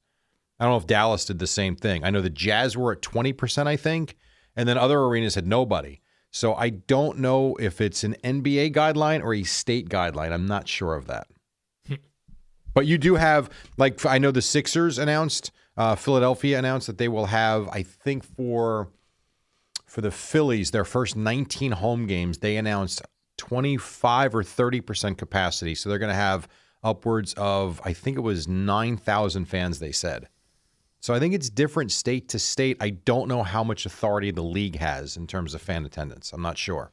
A: I don't know if Dallas did the same thing. I know the Jazz were at 20%, I think, and then other arenas had nobody. So I don't know if it's an NBA guideline or a state guideline. I'm not sure of that. But you do have, like, I know the Sixers announced, uh, Philadelphia announced that they will have, I think, for for the Phillies, their first 19 home games, they announced 25 or 30 percent capacity. So they're going to have upwards of, I think it was 9,000 fans. They said. So I think it's different state to state. I don't know how much authority the league has in terms of fan attendance. I'm not sure.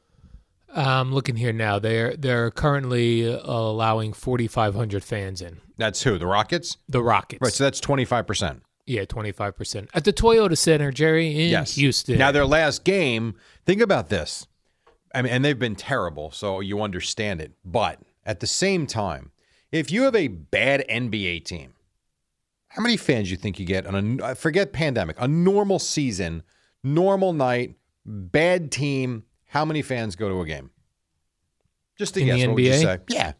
B: I'm looking here now. They're, they're currently allowing 4,500 fans in.
A: That's who the Rockets.
B: The Rockets.
A: Right. So that's 25 percent.
B: Yeah, 25%. At the Toyota Center, Jerry, in
A: yes.
B: Houston.
A: Now their last game. Think about this. I mean, and they've been terrible, so you understand it. But at the same time, if you have a bad NBA team, how many fans you think you get on a I forget pandemic, a normal season, normal night, bad team? How many fans go to a game? Just to
B: In the
A: guess, what would you
B: NBA?
A: say? Yeah.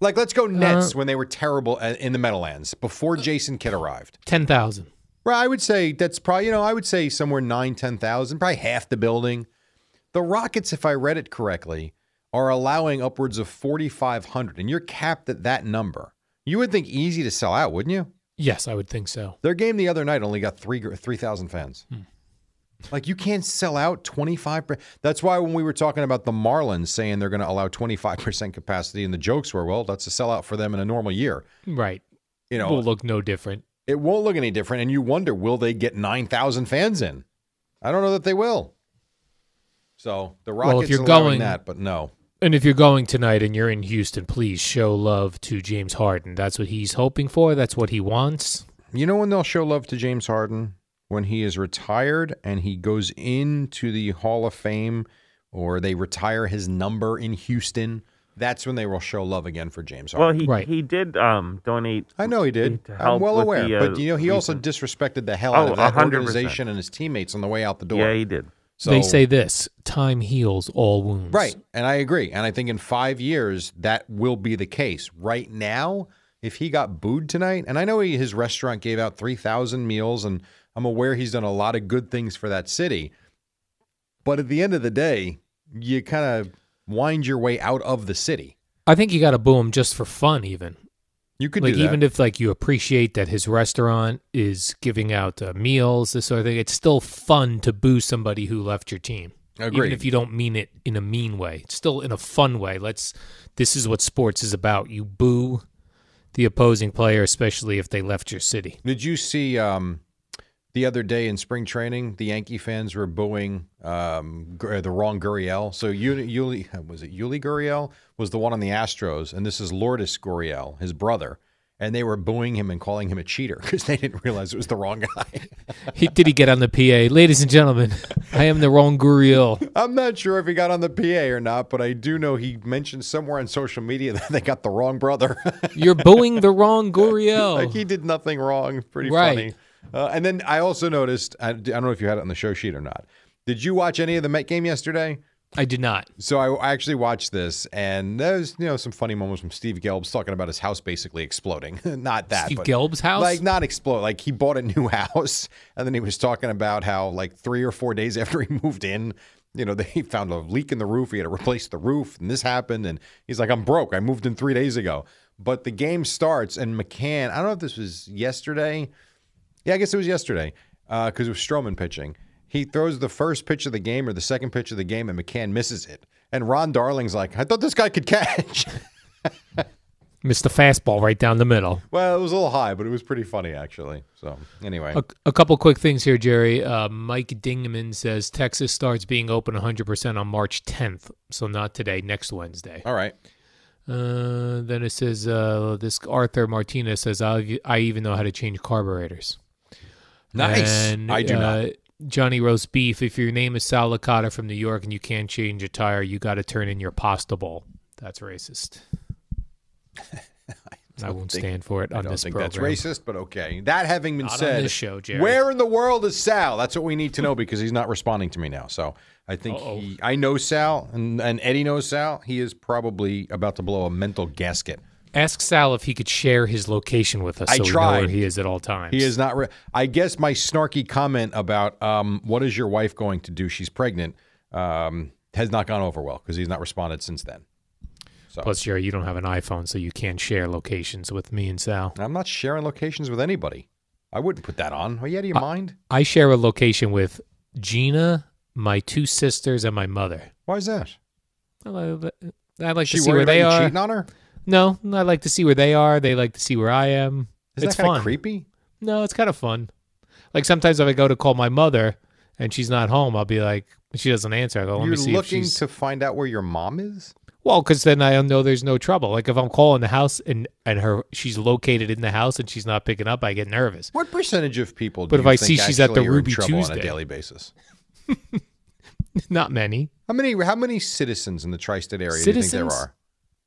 A: Like, let's
B: Uh,
A: go Nets when they were terrible a- in the Meadowlands before Jason Kidd arrived.
B: 10,000.
A: Right, I would say that's probably you know I would say somewhere nine ten thousand, probably half the building. The Rockets, if I read it correctly, are allowing upwards of forty five hundred, and you're capped at that number. You would think easy to sell out, wouldn't you?
B: Yes, I would think so.
A: Their game the other night only got three three thousand fans. Like you can't sell out twenty five. That's why when we were talking about the Marlins saying they're going to allow twenty five percent capacity, and the jokes were, well, that's a sellout for them in a normal year.
B: Right.
A: You know,
B: will look no different.
A: It won't look any different, and you wonder will they get nine thousand fans in? I don't know that they will. So the Rockets
B: Well, if you're
A: allowing
B: going-
A: that, but no,
B: And if you're going tonight and you're in Houston, please show love to James Harden. That's what he's hoping for. That's what he wants.
A: you know when they'll show love to James Harden when he is retired and he goes into the Hall of Fame, or they retire his number in Houston. That's when they will show love again for James
H: Well,
A: Harden.
H: Oh, he he did um, donate.
A: I know he did.
H: to
A: I'm
H: help
A: well
H: with
A: aware,
H: the, uh,
A: but you know he also
H: recent-
A: disrespected the hell
H: Oh,
A: out of that
H: 100%.
A: organization and his teammates on the way out the door.
H: Yeah, he did.
B: they say this time heals all wounds.
A: Right. And I agree. And I think in five years, that will be the case. Right now, if he got booed tonight, and I know he, his restaurant gave out 3,000 meals, and I'm aware he's done a lot of good things for that city. But at the end of the day, you kind of wind your way out of the city.
B: I think you got to boo him just for fun, even.
A: You could
B: like
A: do that.
B: even if like you appreciate that his restaurant is giving out uh, meals, this sort of thing. It's still fun to boo somebody who left your team, even
A: Agreed.
B: if you don't mean it in a mean way. It's still in a fun way. Let's. This is what sports is about. You boo the opposing player, especially if they left your city.
A: Did you see um, the other day in spring training? The Yankee fans were booing um, Gur- the wrong Gurriel. So Yuli, Yuli was it Yuli Gurriel was the one on the Astros, and this is Lourdes Gurriel, his brother. And they were booing him and calling him a cheater because they didn't realize it was the wrong guy.
B: He, did he get on the PA, ladies and gentlemen? I am the wrong Guriel.
A: I'm not sure if he got on the PA or not, but I do know he mentioned somewhere on social media that they got the wrong brother.
B: You're booing the wrong Guriel.
A: like he did nothing wrong. Pretty
B: Right.
A: funny. Uh, and then I also noticed I, I don't know if you had it on the show sheet or not. Did you watch any of the Met game yesterday?
B: I did not.
A: So I, I actually watched this, and there's you know some funny moments from Steve Gelb's talking about his house basically exploding. not that
B: Steve
A: but-
B: Gelb's house?
A: like not explode. Like he bought a new house, and then he was talking about how like three or four days after he moved in, you know, they found a leak in the roof. He had to replace the roof, and this happened. And he's like, "I'm broke. I moved in three days ago." But the game starts, and McCann. I don't know if this was yesterday. Yeah, I guess it was yesterday because it was Stroman pitching. He throws the first pitch of the game or the second pitch of the game, and McCann misses it. And Ron Darling's like, "I thought this guy could catch."
B: Missed the fastball right down the middle.
A: well, it was a little high, but it was pretty funny actually. So anyway,
B: A, a couple quick things here, Jerry. Uh, Mike Dingaman says Texas starts being open 100% on March 10th, so not today, next Wednesday.
A: All right.
B: Uh, then it says uh, this Arthur Martinez says I I even know how to change carburetors.
A: Nice.
B: And, uh,
A: I do not.
B: Johnny roast beef. If your name is Sal Licata from New York and you can't change a tire, you got to turn in your pasta bowl. That's racist. I, won't
A: think-
B: stand for it
A: I
B: on
A: don't
B: this
A: think
B: program.
A: that's racist, but okay. That having been
B: Not on
A: said,
B: this show, Jerry.
A: where in the world is Sal? That's what we need to know because he's not responding to me now. So I think
B: Uh-oh.
A: he, I know Sal, and, and Eddie knows Sal. He is probably about to blow a mental gasket.
B: Ask Sal if he could share his location with us
A: I
B: so we know
A: tried.
B: where he is at all times.
A: He is not. Re- I guess my snarky comment about um, what is your wife going to do? She's pregnant. Um, has not gone over well because he's not responded since then.
B: Plus, Jerry, you don't have an iPhone, so you can't share locations with me and Sal.
A: I'm not sharing locations with anybody. I wouldn't put that on. Are you out of your mind?
B: I share a location with Gina, my two sisters, and my mother.
A: Why is that?
B: I like
A: She
B: to see where
A: worried
B: they
A: about you
B: are.
A: cheating on her?
B: No, I like to see where they are. They like to see where I am.
A: Isn't
B: it's
A: that kinda
B: fun.
A: creepy?
B: No, it's kind of fun. Like sometimes if I go to call my mother and she's not home, I'll be like, she doesn't answer. I go, let
A: You're
B: me see if
A: looking
B: she's
A: to find out where your mom is.
B: Well, because then I know there's no trouble. Like if I'm calling the house and and her she's located in the house and she's not picking up, I get nervous.
A: What percentage of people?
B: But
A: do
B: if
A: you
B: I
A: think
B: see she's at the
A: actually are in
B: Ruby
A: trouble on
B: Tuesday.
A: a daily basis?
B: not many
A: How many? How many citizens in the tri-state area do you think
B: Citizens?
A: there are?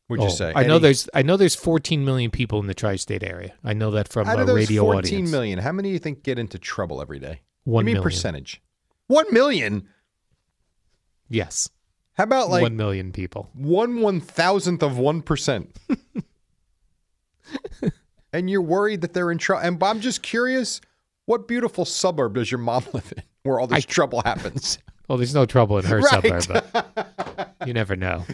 A: Would you
B: Oh,
A: say?
B: I know
A: Eddie?
B: there's I know there's 14 million people in the tri-state area. I know that from
A: Out
B: a
A: of those
B: radio
A: 14
B: audience.
A: million, how many do you think get into trouble every day?
B: One
A: Give me a
B: million.
A: percentage. One million.
B: Yes,
A: How about like
B: one million people.
A: one one thousandth of one percent? and you're worried that they're in trouble. And I'm just curious, what beautiful suburb does your mom live in, where all this trouble happens?
B: Well, there's no trouble in her
A: Right.
B: suburb. but you never know.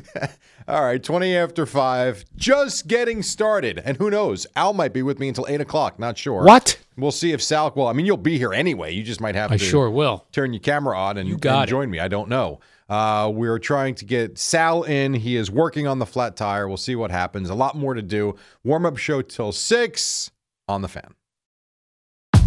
A: All right, 20 after 5, just getting started. And who knows? Al might be with me until 8 o'clock, not sure.
B: What?
A: We'll see if Sal, well, I mean, you'll be here anyway. You just might have
B: I
A: to
B: sure will.
A: turn your camera on and,
B: got it.
A: and join me. I don't know. Uh, we're trying to get Sal in. He is working on the flat tire. We'll see what happens. A lot more to do. Warm up show till 6 on the fan.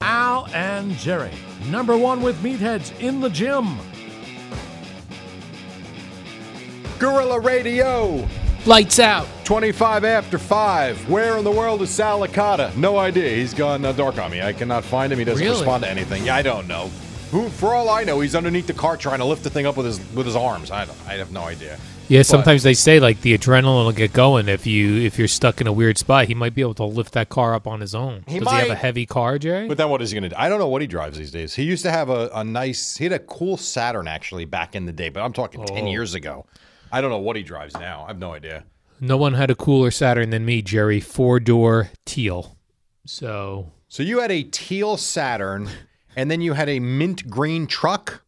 G: Al and Jerry, number one with meatheads in the gym.
A: Gorilla Radio.
B: Lights out.
A: 25 after 5. Where in the world is Sal Licata? No idea. He's gone uh, dark on me. I cannot find him. He doesn't
B: Really?
A: respond to anything. Yeah, I don't know. Who, for all I know, he's underneath the car trying to lift the thing up with his with his arms. I don't. I have no idea.
B: Yeah,
A: But-
B: sometimes they say like the adrenaline will get going if you if you're stuck in a weird spot. He might be able to lift that car up on his own. Does he have a heavy car, Jerry?
A: But then what is he going to do? I don't know what he drives these days. He used to have a, a nice, he had a cool Saturn actually back in the day, but I'm talking 10
B: Oh.
A: years ago. I don't know what he drives now. I have no idea.
B: No one had a cooler Saturn than me, Jerry. Four door teal. So
A: So you had a teal Saturn and then you had a mint green truck.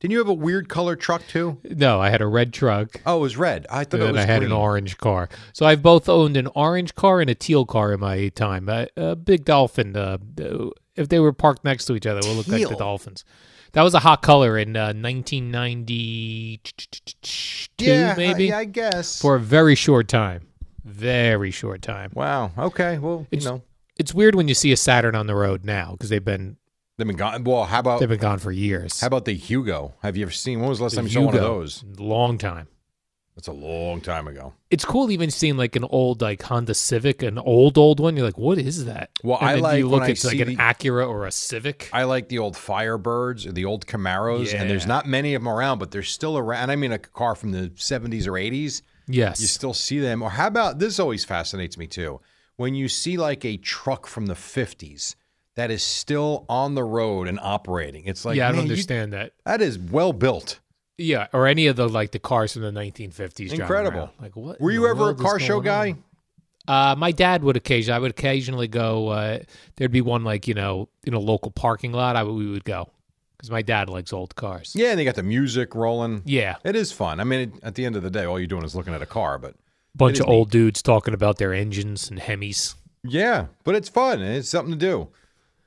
A: Didn't you have a weird color truck too?
B: no, I had a red truck.
A: Oh, it was red. I thought
B: and
A: it
B: then
A: was
B: I had an
A: green.
B: orange car. So I've both owned an orange car and a teal car in my time. A, a big dolphin. Uh, if they were parked next to each other, it would look like
A: Teal.
B: the dolphins. That was a hot color in uh, 1992,
A: Yeah, uh,
B: maybe.
A: yeah, I guess.
B: for a very short time. Very short time.
A: Wow. Okay. Well,
B: it's,
A: you know.
B: it's weird when you see a Saturn on the road now because they've been
A: They've been gone. Well, how about
B: they've been gone for years.
A: How about the Hugo? Have you ever seen? When was the last time you saw one of
B: Hugo.
A: those?
B: Long time.
A: That's a long time ago.
B: It's cool even seeing like an old like Honda Civic, an old old one. You're like, what is that?
A: Well,
B: And
A: I
B: then
A: like
B: you look
A: when I
B: at like
A: see
B: an
A: the-
B: Acura or a Civic.
A: I like the old Firebirds or the old Camaros, and there's
B: Yeah.
A: not many of them around, but they're still around. And I mean, a car from the 70s or 80s.
B: Yes.
A: You still see them. Or how about this always fascinates me too. When you see like a truck from the 50s that is still on the road and operating, it's like,
B: yeah, I don't
A: man, you-
B: understand that.
A: that is well built.
B: Yeah, or any of the like the cars from the 1950s. driving
A: Incredible.
B: around. Like what?
A: Were
B: in
A: you
B: the
A: ever a
B: world is
A: car show
B: going on?
A: guy?
B: Uh, my dad would occasionally. I would occasionally go. Uh, there'd be one like you know in a local parking lot. I would, we would go because my dad likes old cars.
A: Yeah, and they got the music rolling.
B: Yeah.
A: It is fun. I mean, it, at the end of the day, all you're doing is looking at a car, but it
B: Bunch
A: is
B: of
A: neat.
B: old dudes talking about their engines and Hemis.
A: Yeah, but it's fun and it's something to do.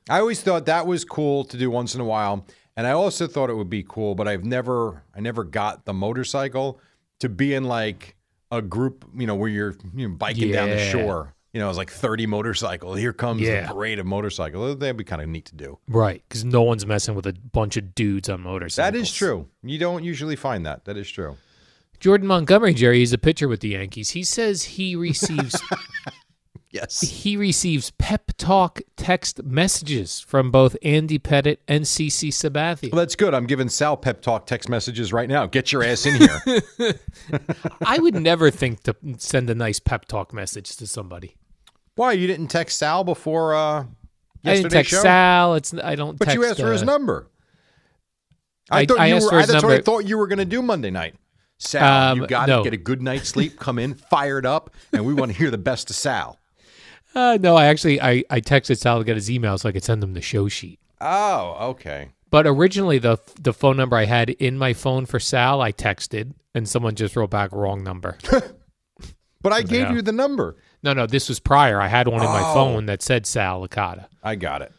A: I always thought that was cool to do once in a while, and I also thought it would be cool, but I've never I never got the motorcycle to be in like a group, you know, where you're you know, biking down the
B: Yeah.
A: shore. You know, it's like 30 motorcycle. Here comes
B: Yeah.
A: the parade of motorcycles. That'd be kind of neat to do.
B: Right, because no one's messing with a bunch of dudes on motorcycles.
A: That is true. You don't usually find that. That is true.
B: Jordan Montgomery, Jerry, is a pitcher with the Yankees. He says he receives
A: yes,
B: he receives pep talk text messages from both Andy Pettit and CC Sabathia.
A: Well, that's good. I'm giving Sal pep talk text messages right now. Get your ass in here.
B: I would never think to send a nice pep talk message to somebody.
A: Why you didn't text Sal before uh, yesterday's
B: I didn't text
A: show?
B: Sal. It's I don't.
A: But you
B: text,
A: asked for his
B: uh,
A: number. I,
B: I,
A: thought
B: I
A: you
B: asked
A: were.
B: for his
A: that's
B: number.
A: what I thought you were going to do Monday night. Sal, you
B: Um,
A: got to
B: no.
A: get a good night's sleep, come in fired up, and we want to hear the best of Sal.
B: Uh, no, I actually I, I texted Sal to get his email so I could send him the show sheet.
A: Oh, okay.
B: But originally the the phone number I had in my phone for Sal I texted and someone just wrote back wrong number.
A: But I
B: So they
A: gave
B: are.
A: you the number.
B: no, no, this was prior. I had one in my
A: Oh.
B: phone that said Sal Licata.
A: I got it.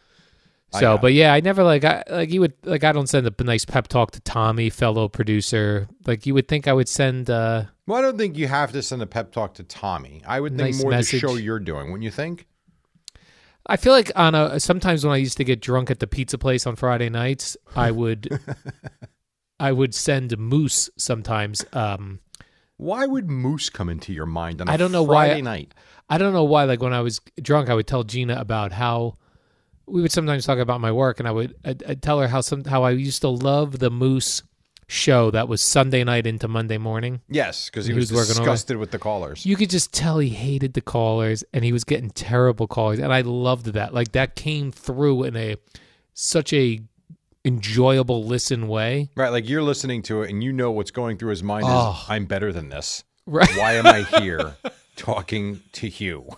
A: I
B: So,
A: got
B: but yeah, I never like I like you would like I don't send a nice pep talk to Tommy, fellow producer. Like you would think I would send uh
A: Well, I don't think you have to send a pep talk to Tommy. I would think
B: Nice
A: more
B: message.
A: the show you're doing, wouldn't you think?
B: I feel like on a sometimes when I used to get drunk at the pizza place on Friday nights, I would I would send Moose sometimes. Um,
A: Why would Moose come into your mind on a
B: I don't know
A: Friday
B: why
A: night?
B: I don't know why. Like when I was drunk, I would tell Gina about how we would sometimes talk about my work, and I would I'd, I'd tell her how some how I used to love the Moose show that was Sunday night into Monday morning.
A: Yes, because he,
B: He
A: was,
B: was working all night.
A: disgusted with the callers.
B: You could just tell he hated the callers and he was getting terrible callers and I loved that. Like that came through in a such a enjoyable listen way.
A: Right, like you're listening to it and you know what's going through his mind
B: Oh.
A: is I'm better than this.
B: Right.
A: Why am I here talking to you?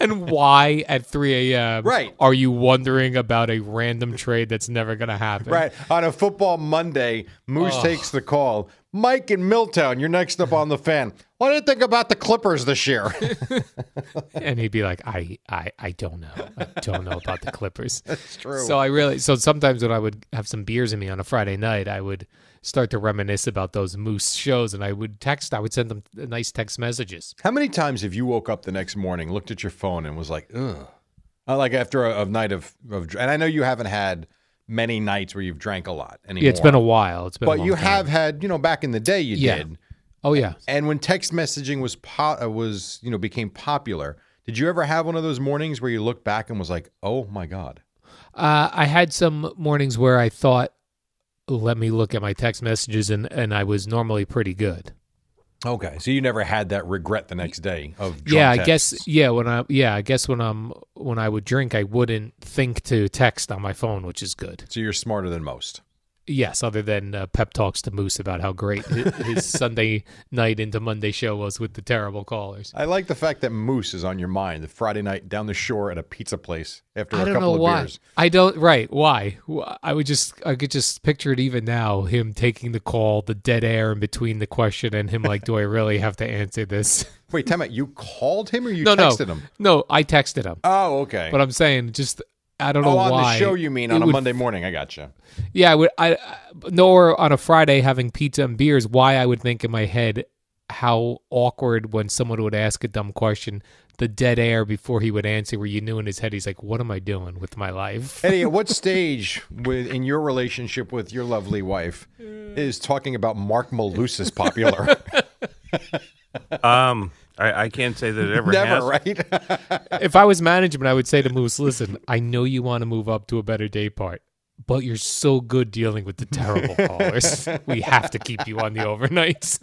B: And why at 3 a.m.
A: Right.
B: are you wondering about a random trade that's never going to happen?
A: right. On a football Monday, Moose
B: Oh.
A: takes the call. Mike in Milltown, you're next up on the fan. What do you think about the Clippers this year?
B: And he'd be like, I, I, I don't know. I don't know about the Clippers. That's
A: true.
B: So I really, so sometimes when I would have some beers in me on a Friday night, I would start to reminisce about those Moose shows and I would text, I would send them nice text messages.
A: How many times have you woke up the next morning, looked at your phone, and was like, ugh? Uh, Like after a, a night of, of, dr- and I know you haven't had many nights where you've drank a lot anymore.
B: Yeah, it's been a while. It's been, a
A: but
B: long
A: you
B: time.
A: have had, you know, back in the day you
B: Yeah.
A: did.
B: Oh yeah.
A: And when text messaging was po- uh, was you know became popular, did you ever have one of those mornings where you looked back and was like, "Oh my god"?
B: Uh, I had some mornings where I thought let me look at my text messages, and, and I was normally pretty good.
A: Okay, so you never had that regret the next day of drunk
B: yeah, I
A: text.
B: guess yeah when I yeah I guess when I'm when I would drink, I wouldn't think to text on my phone, which is good.
A: So you're smarter than most.
B: Yes, other than uh, pep talks to Moose about how great his, his Sunday night into Monday show was with the terrible callers.
A: I like the fact that Moose is on your mind the Friday night down the shore at a pizza place after
B: I
A: a
B: don't
A: couple
B: know
A: of
B: why.
A: beers.
B: I don't right. Why? Wh- I would just I could just picture it even now. Him taking the call, the dead air in between the question, and him like, "Do I really have to answer this?"
A: Wait, time out. You called him or you
B: no,
A: texted
B: no,
A: him?
B: no. I texted him.
A: Oh, okay.
B: But I'm saying just I don't know
A: oh, on
B: why.
A: the show you mean
B: It
A: on a
B: would-
A: Monday morning? I got you.
B: Yeah, I would. I, I nor on a Friday having pizza and beers. Why I would think in my head how awkward when someone would ask a dumb question, the dead air before he would answer, where you knew in his head he's like, "What am I doing with my life?"
A: Eddie, at what stage with in your relationship with your lovely wife is talking about Mark Malusis popular?
H: um, I, I can't say that it ever
A: Never,
H: has.
A: right?
B: if I was management, I would say to Moose, listen, I know you want to move up to a better day part, but you're so good dealing with the terrible callers. we have to keep you on the overnights.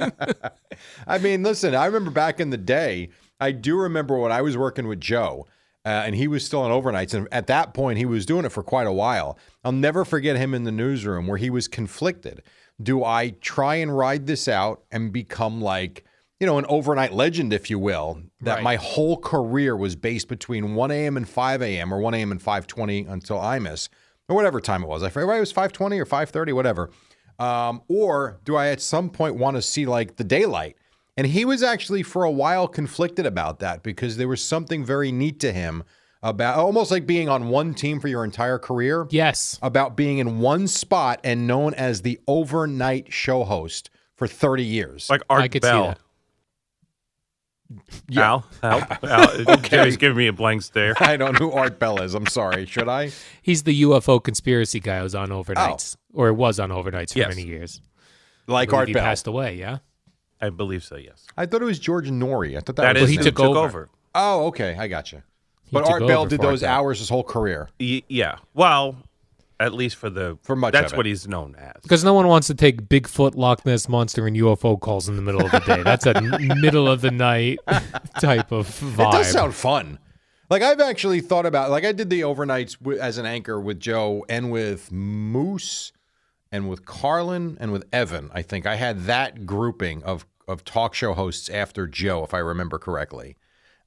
A: I mean, listen, I remember back in the day, I do remember when I was working with Joe. Uh, and he was still on overnights. And at that point, he was doing it for quite a while. I'll never forget him in the newsroom where he was conflicted. Do I try and ride this out and become like, you know, an overnight legend, if you will, that my whole career was based between 1 a.m. and 5 a.m. or 1 a.m. and 5.20 until I miss, or whatever time it was. I forget, right, it was 5.20 or 5.30, whatever. Um, or do I at some point want to see like the daylight? And he was actually for a while conflicted about that because there was something very neat to him about almost like being on one team for your entire career.
B: Yes.
A: About being in one spot and known as the overnight show host for 30 years.
H: Like Art I could see Bell. that. Al, Al, uh, Al, Jimmy's giving me a blank stare.
A: I don't know who Art Bell is. I'm sorry. Should I?
B: He's the UFO conspiracy guy who's on overnights,
H: Oh.
B: or was on overnights for
A: Yes.
B: many years.
A: Like
B: I believe
A: Art
B: he
A: Bell.
B: passed away, yeah?
H: I believe so, yes.
A: I thought it was George Norrie. I thought that,
H: That
A: was
H: is
A: his
H: who
A: name.
H: took Took over. over.
A: Oh, okay. I got you.
H: He
A: But
H: took
A: Art Bell
H: over
A: did
H: for Art
A: those
H: Bell.
A: hours his whole career.
H: Y- yeah. Well, at least for the for
A: much
H: That's
A: of it.
H: what he's known as.
B: Because no one wants to take Bigfoot, Loch Ness Monster, and UFO calls in the middle of the day. That's a middle of the night type of vibe.
A: It does sound fun. Like I've actually thought about like I did the overnights w- as an anchor with Joe and with Moose and with Carlin and with Evan. I think I had that grouping of of talk show hosts after Joe, if I remember correctly.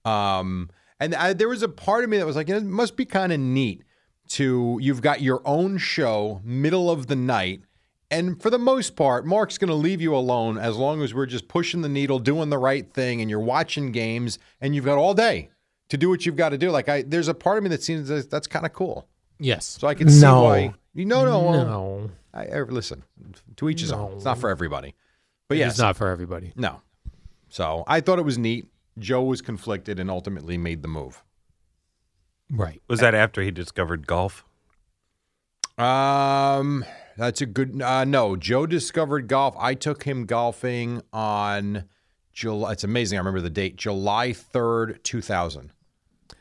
A: Um, and I, there was a part of me that was like, it must be kind of neat to you've got your own show middle of the night. And for the most part, Mark's going to leave you alone as long as we're just pushing the needle, doing the right thing, and you're watching games, and you've got all day to do what you've got to do. Like I, there's a part of me that seems that that's kind of cool.
B: Yes.
A: So I can see
B: No.
A: why. You know, no, well,
B: No.
A: I, I- listen, to each his own. It's not for everybody. But
B: It
A: yes,
B: is not for everybody.
A: No. So I thought it was neat. Joe was conflicted and ultimately made the move.
B: Right.
H: Was that after he discovered golf?
A: Um, that's a good. Uh, no, Joe discovered golf. I took him golfing on July. It's amazing. I remember the date, July third, two thousand,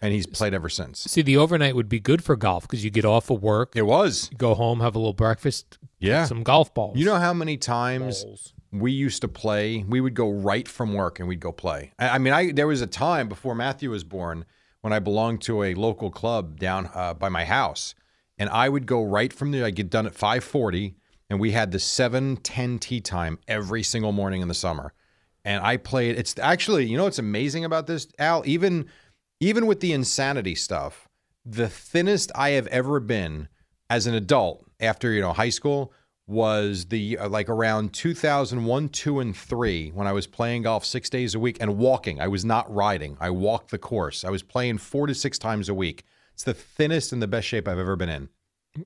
A: and he's played ever since.
B: See, the overnight would be good for golf because you get off of work.
A: It was.
B: Go home, have a little breakfast.
A: Yeah.
B: Some golf balls.
A: You know how many times we used to play? We would go right from work and we'd go play. I, I mean, I there was a time before Matthew was born when I belonged to a local club down uh, by my house, and I would go right from there. I'd get done at five forty, and we had the seven ten tea time every single morning in the summer. And I played. It's actually, you know, what's amazing about this, Al. Even even with the insanity stuff, the thinnest I have ever been as an adult after you know high school was the uh, like around 2001 2 and 3 when i was playing golf 6 days a week and walking i was not riding i walked the course i was playing 4 to 6 times a week it's the thinnest and the best shape i've ever been in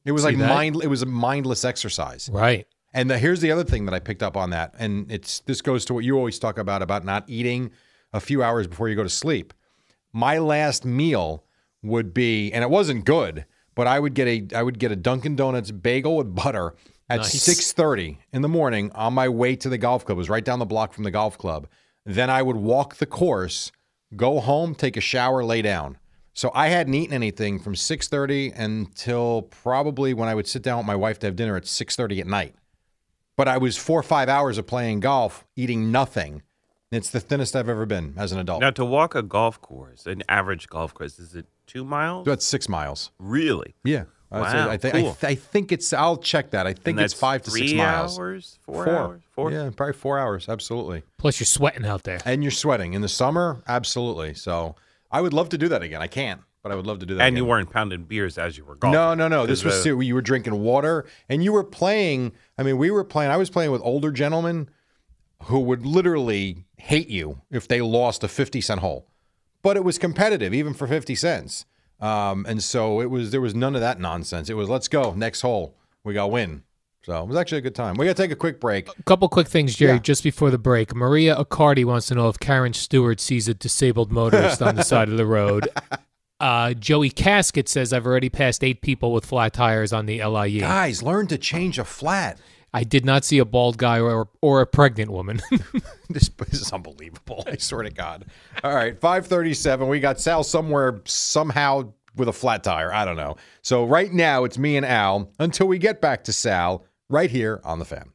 A: it was
B: See
A: like
B: that?
A: mind it was a mindless exercise
B: Right.
A: and the, here's the other thing that I picked up on that, and it's this goes to what you always talk about about not eating a few hours before you go to sleep. My last meal would be, and it wasn't good, but I would get a I would get a Dunkin' Donuts bagel with butter at
B: Nice.
A: six thirty in the morning on my way to the golf club. It was right down the block from the golf club. Then I would walk the course, go home, take a shower, lay down. So I hadn't eaten anything from 6:30 until probably when I would sit down with my wife to have dinner at 6:30 at night. But I was 4 or 5 hours of playing golf eating nothing. It's the thinnest I've ever been as an adult.
H: Now, to walk a golf course, an average golf course, is it two miles?
A: That's 6 miles.
H: Really?
A: Yeah. I would say-
H: Wow,
A: I, thi-
H: cool.
A: I, th- I think it's. I'll check that. I think
H: And
A: it's
H: that's
A: five to six
H: three
A: miles.
H: hours? Four hours? Four?
A: Four. Yeah, probably four hours. Absolutely.
B: Plus, you're sweating out there.
A: And you're sweating in the summer. Absolutely. So I would love to do that again. I can't, but I would love to do that.
H: And
A: again.
H: you weren't pounding beers as you were golfing.
A: No, no, no.
H: Is
A: This was
H: the-
A: ser- you were drinking water and you were playing. I mean, we were playing. I was playing with older gentlemen who would literally hate you if they lost a fifty cent hole, but it was competitive even for fifty cents. Um, and so it was. There was none of that nonsense. It was let's go next hole. We got win. So it was actually a good time. We got to take a quick break.
B: couple quick things, Jerry, just before the break. Maria Accardi wants to know if Karen Stewart sees a disabled motorist on the side of the road. Uh, Joey Casket says, I've already passed eight people with flat tires on the LIE.
A: Guys, learn to change a flat.
B: I did not see a bald guy or, or a pregnant woman.
A: this, this is unbelievable. I swear to God. All right, five thirty-seven. We got Sal somewhere somehow with a flat tire. I don't know. So right now it's me and Al until we get back to Sal right here on the fan.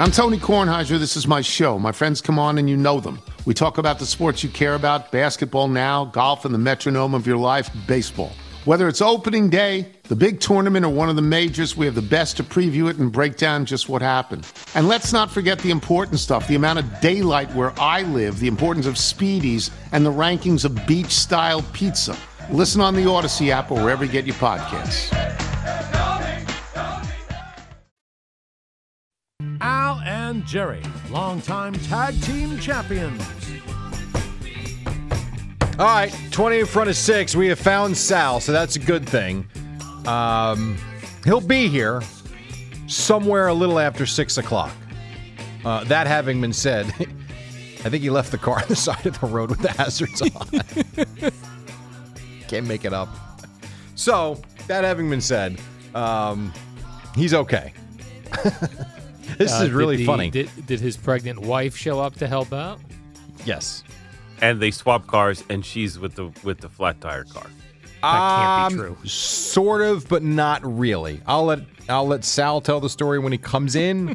I: I'm Tony Kornheiser. This is my show. My friends come on and you know them. We talk about the sports you care about basketball now, golf, and the metronome of your life, baseball. Whether it's opening day, the big tournament, or one of the majors, we have the best to preview it and break down just what happened. And let's not forget the important stuff the amount of daylight where I live, the importance of speedies, and the rankings of beach style pizza. Listen on the Odyssey app or wherever you get your podcasts.
G: Al and Jerry, longtime tag team champions.
A: All right, twenty in front of six. We have found Sal, so that's a good thing. Um, he'll be here somewhere a little after six o'clock. Uh, that having been said, I think he left the car on the side of the road with the hazards on. Can't make it up. So, that having been said, um, he's okay. this
B: Uh,
A: is
B: did
A: really
B: the-
A: funny.
B: Did, did his pregnant wife show up to help out?
A: Yes.
H: And they swap cars, and she's with the with the flat tire car.
A: That can't be true. Sort of, but not really. I'll let I'll let Sal tell the story when he comes in,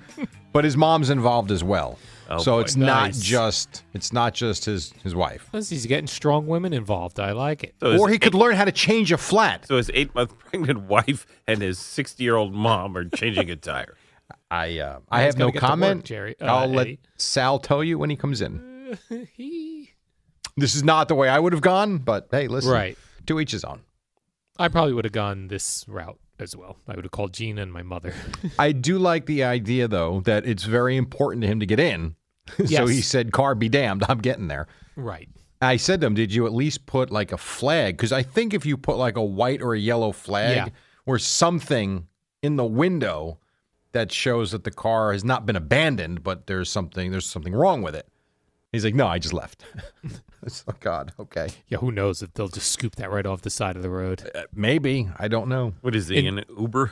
A: but his mom's involved as well.
H: Oh,
A: so
B: boy.
A: it's not
B: Nice.
A: just it's not just his his wife.
B: Plus, He's getting strong women involved. I like it.
H: So his
A: or he could
H: eight-
A: learn how to change a flat.
H: So his eight month pregnant wife and his sixty year old mom are changing a tire.
A: I uh, I
H: Man's
A: have
H: gotta
A: no
H: get to work,
A: comment.
H: Jerry. Uh,
A: I'll let
H: Eddie.
A: Sal tell you when he comes in. This is not the way I would have gone, but hey, listen.
B: Right.
A: To each his own.
B: I probably would have gone this route as well. I would have called Gina and my mother.
A: I do like the idea though that it's very important to him to get in. so
B: Yes.
A: he said, "Car be damned, I'm getting there."
B: right.
A: I said to him, "Did you at least put like a flag?" Because I think if you put like a white or a yellow flag
B: Yeah.
A: or something in the window that shows that the car has not been abandoned, but there's something there's something wrong with it. He's like, "No, I just left." It's- oh God. Okay.
B: Yeah, who knows if they'll just scoop that right off the side of the road?
A: maybe I don't know.
H: What is he
A: It-
H: in an Uber?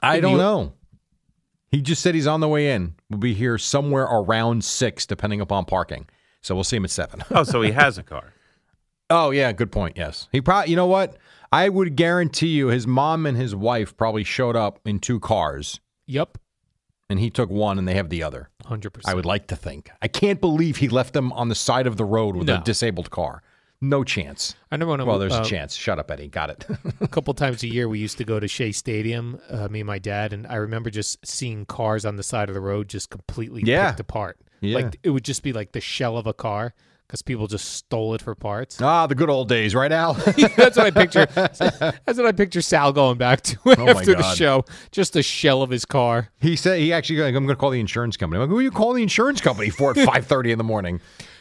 A: I
H: Did
A: don't
H: you-
A: know. He just said he's on the way in. We'll be here somewhere around six, depending upon parking. So we'll see him at seven.
H: Oh, so he has a car.
A: Oh yeah, good point. Yes, he probably. You know what? I would guarantee you, his mom and his wife probably showed up in two cars.
B: Yep.
A: And he took one, and they have the other.
B: 100%.
A: I would like to think. I can't believe he left them on the side of the road with a
B: No.
A: disabled car. No chance.
B: I remember when I-
A: Well, there's
B: uh,
A: a chance. Shut up, Eddie. Got it.
B: a couple times a year we used to go to Shea Stadium, uh, me and my dad, and I remember just seeing cars on the side of the road just completely
A: Yeah.
B: picked apart.
A: Yeah.
B: Like it would just be like the shell of a car because people just stole it for parts.
A: ah, the good old days, right, Al?
B: That's what I picture. That's what I picture Sal going back to
A: Oh, my
B: after the
A: God.
B: show. Just a shell of his car.
A: He said he actually. Like, I'm going to call the insurance company. I'm like, who you call the insurance company for at 5:30 in the morning?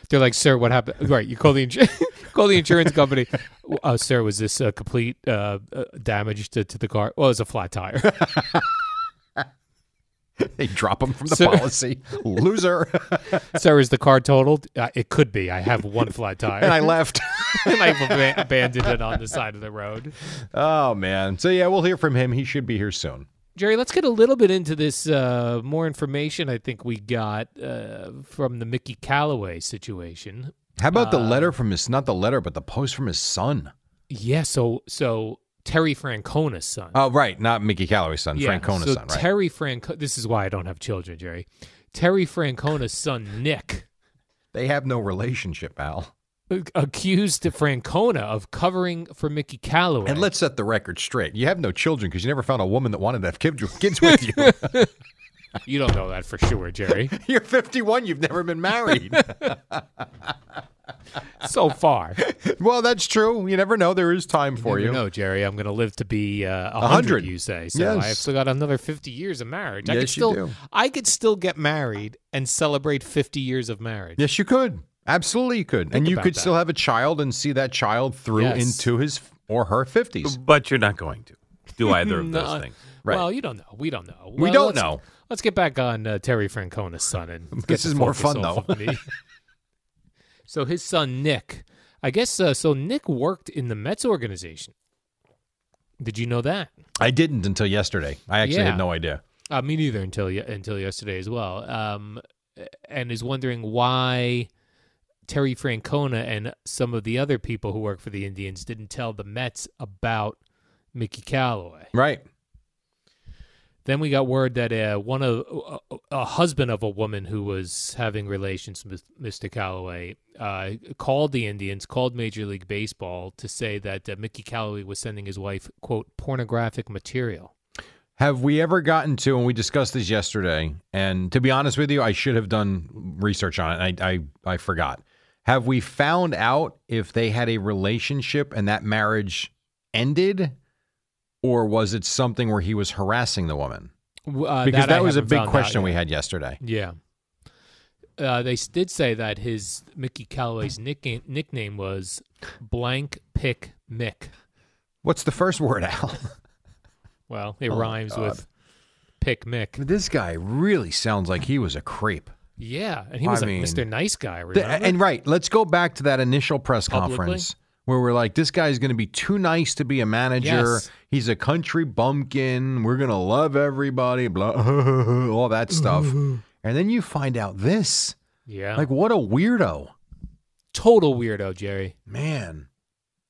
B: They're like, "Sir, what happened?" Right, you call the insu- call the insurance company. Uh, sir, was this a complete uh, uh, damage to, to the car? Well, it was a flat tire.
A: they drop him from the
B: Sir-
A: policy. Loser.
B: sir, is the car totaled? Uh, it could be. I have one flat tire,
A: And I left.
B: and I ab- abandoned it on the side of the road.
A: Oh man. So yeah, we'll hear from him. He should be here soon.
B: Jerry, let's get a little bit into this uh, more information I think we got uh, from the Mickey Callaway situation.
A: How about the
B: Uh,
A: letter from his, not the letter, but the post from his son?
B: Yeah, so so Terry Francona's son.
A: Oh, right. Not Mickey Calloway's son,
B: yeah,
A: Francona's
B: so
A: son, right?
B: Terry Franco this is why I don't have children, Jerry. Terry Francona's son, Nick.
A: They have no relationship, Al.
B: Accused Francona of covering for Mickey Calloway.
A: And let's set the record straight. You have no children because you never found a woman that wanted to have kids kids with you.
B: you don't know that for sure, Jerry.
A: You're 51. You've never been married.
B: so far.
A: well, that's true. You never know. There is time for you.
B: No, Jerry, I'm going to live to be uh, 100,
A: 100.
B: you say. So
A: Yes.
B: I've still got another 50 years of marriage. I
A: Yes,
B: could
A: you
B: still
A: do.
B: I could still get married and celebrate 50 years of marriage.
A: Yes, you could. Absolutely, you could.
B: Think
A: and you
B: about
A: could
B: that.
A: still have a child and see that child through
B: Yes.
A: into his or her 50s.
H: But you're not going to do either of
B: No,
H: those things.
A: Right.
B: Well, you don't know. We don't know.
A: We
B: Well,
A: don't
B: let's-
A: know.
B: Let's get back on uh, Terry Francona's son and
A: This
B: get the
A: is more
B: focus
A: fun,
B: off
A: though.
B: of me. so his son Nick, I guess. Uh, so Nick worked in the Mets organization. Did you know that?
A: I didn't until yesterday. I actually
B: Yeah.
A: had no idea.
B: Uh, me neither until ye- until yesterday as well. Um, and is wondering why Terry Francona and some of the other people who work for the Indians didn't tell the Mets about Mickey Callaway.
A: Right.
B: Then we got word that uh, one of a, a husband of a woman who was having relations with Mr. Callaway uh, called the Indians, called Major League Baseball to say that uh, Mickey Callaway was sending his wife quote pornographic material.
A: Have we ever gotten to, and we discussed this yesterday, and to be honest with you, I should have done research on it. I, I, I forgot. Have we found out if they had a relationship and that marriage ended, or was it something where he was harassing the woman?
B: W- Uh,
A: because
B: I
A: that was a
B: haven't
A: big
B: found out
A: question
B: yet.
A: we had yesterday.
B: Yeah. Uh, they s- did say that his Mickey Callaway's nickname, nickname was Blank Pick Mick.
A: What's the first word, Al?
B: Well, it
A: Oh,
B: rhymes
A: God.
B: with Pick Mick.
A: This guy really sounds like he was a creep.
B: Yeah, and he
A: I
B: was a
A: mean,
B: Mr. Nice Guy.
A: Th-
B: Remember?
A: and right, let's go back to that initial press
B: Publicly?
A: conference where we're like, this guy's going to be too nice to be a manager.
B: Yes.
A: He's a country bumpkin. We're going to love everybody, blah, all that stuff. and then you find out this.
B: yeah,
A: Like, what a weirdo.
B: total weirdo, Jerry.
A: Man.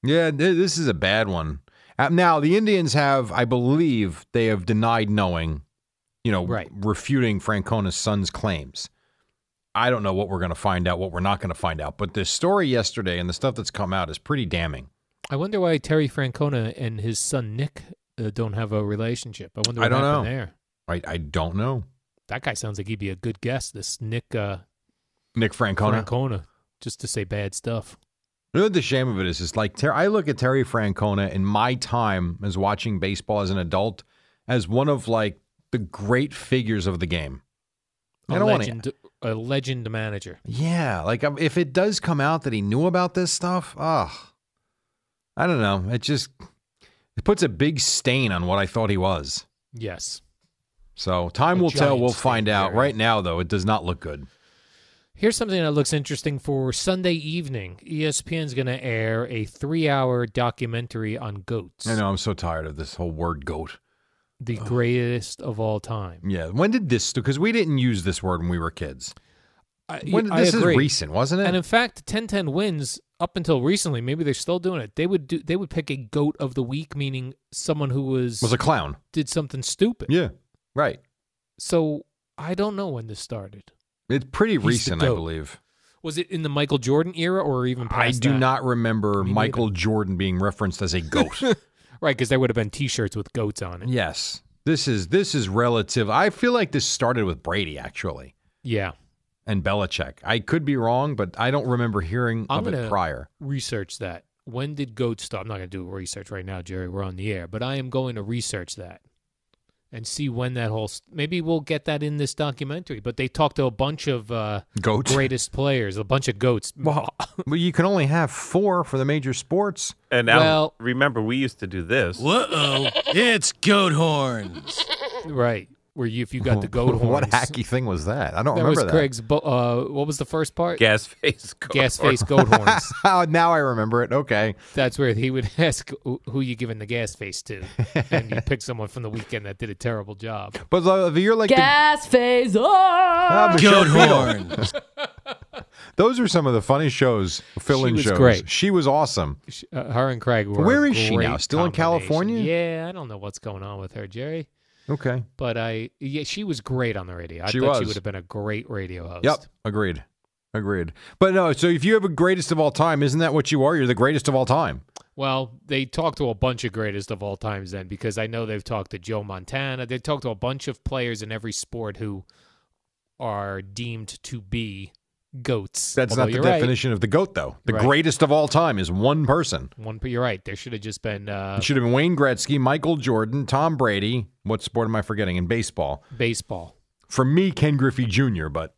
A: Yeah, th- this is a bad one. Uh, Now, the Indians have, I believe, they have denied knowing, you know,
B: Right.
A: refuting Francona's son's claims. I don't know what we're going to find out, what we're not going to find out, but the story yesterday and the stuff that's come out is pretty damning.
B: I wonder why Terry Francona and his son Nick uh, don't have a relationship. I wonder what
A: I don't
B: happened
A: know.
B: there.
A: I, I don't know.
B: That guy sounds like he'd be a good guest. This Nick uh,
A: Nick Francona.
B: Francona, just to say bad stuff.
A: You know what the shame of it is? It's like Ter- I look at Terry Francona in my time as watching baseball as an adult as one of like the great figures of the game.
B: A
A: I don't want to
B: legend, a legend manager.
A: Yeah, like um, if it does come out that he knew about this stuff, ah, I don't know. It just it puts a big stain on what I thought he was.
B: Yes.
A: So time
B: A
A: will tell.
B: giant
A: We'll
B: stain
A: find out.
B: there.
A: Right now, though, it does not look good.
B: Here's something that looks interesting for Sunday evening. E ESPN's going to air a three-hour documentary on goats,
A: I know. I'm so tired of this whole word "goat."
B: the greatest of all time.
A: Yeah. When did this? Because we didn't use this word when we were kids.
B: I,
A: When did,
B: I
A: this
B: agree.
A: is recent, wasn't it?
B: And in fact, 10-10 wins up until recently. Maybe they're still doing it. They would do. They would pick a goat of the week, meaning someone who was,
A: was a clown.
B: did something stupid.
A: Yeah. Right.
B: So I don't know when this started.
A: It's pretty
B: He's the
A: recent, I
B: goat.
A: believe.
B: Was it in the Michael Jordan era or even past
A: I do
B: that?
A: not remember
B: Me neither.
A: Michael Jordan being referenced as a goat.
B: Right, because there would have been T-shirts with goats on it.
A: Yes. This is this is relative. I feel like this started with Brady actually
B: Yeah.
A: and Belichick. I could be wrong, but I don't remember hearing
B: I'm
A: of
B: gonna
A: it prior.
B: research that. When did goats stop? I'm not going to do research right now, Jerry. We're on the air, but I am going to research that and see when that whole. St- Maybe we'll get that in this documentary. But they talked to a bunch of uh,
A: Goats.
B: greatest players, a bunch of goats.
A: Well, well, you can only have four for the major sports.
H: And now,
B: Well-
H: remember, we used to do this.
J: Whoa, it's goat horns.
B: right, where you if you got the goat horns.
A: what hacky thing was that? I don't
B: that was
A: remember that.
B: Craig's. Bo- uh, what was the first part?
H: Gas face. Goat
B: Gas
H: horn.
B: face goat horns.
A: Oh, now I remember it. Okay.
B: That's where he would ask who who you giving the gas face to, and you pick someone from the weekend that did a terrible job.
A: But uh, if you're like the,
K: Gas phase.
A: Ah, Michelle
J: Goat
A: Beadle.
J: horns.
A: Those are some of the funny shows, fill in
B: was
A: shows.
B: great.
A: She was awesome.
B: Uh, her and Craig were. a
A: Where is she now?
B: great
A: Still in
B: combination.
A: California?
B: Yeah, I don't know what's going on with her, Jerry.
A: Okay.
B: But I, yeah, she was great on the radio. I
A: She
B: thought she
A: was.
B: would have been a great radio host.
A: Yep. Agreed. Agreed. But no, so if you have a greatest of all time, isn't that what you are? You're the greatest of all time.
B: Well, they talked to a bunch of greatest of all times then, because I know they've talked to Joe Montana. They've talked to a bunch of players in every sport who are deemed to be goats.
A: That's
B: Although
A: not the
B: you're right.
A: definition of the goat, though. The
B: Right.
A: greatest of all time is one person.
B: One, but you're right. There should have just been uh,
A: It should have been Wayne Gretzky, Michael Jordan, Tom Brady. What sport am I forgetting? In baseball.
B: baseball.
A: For me, Ken Griffey Jr., but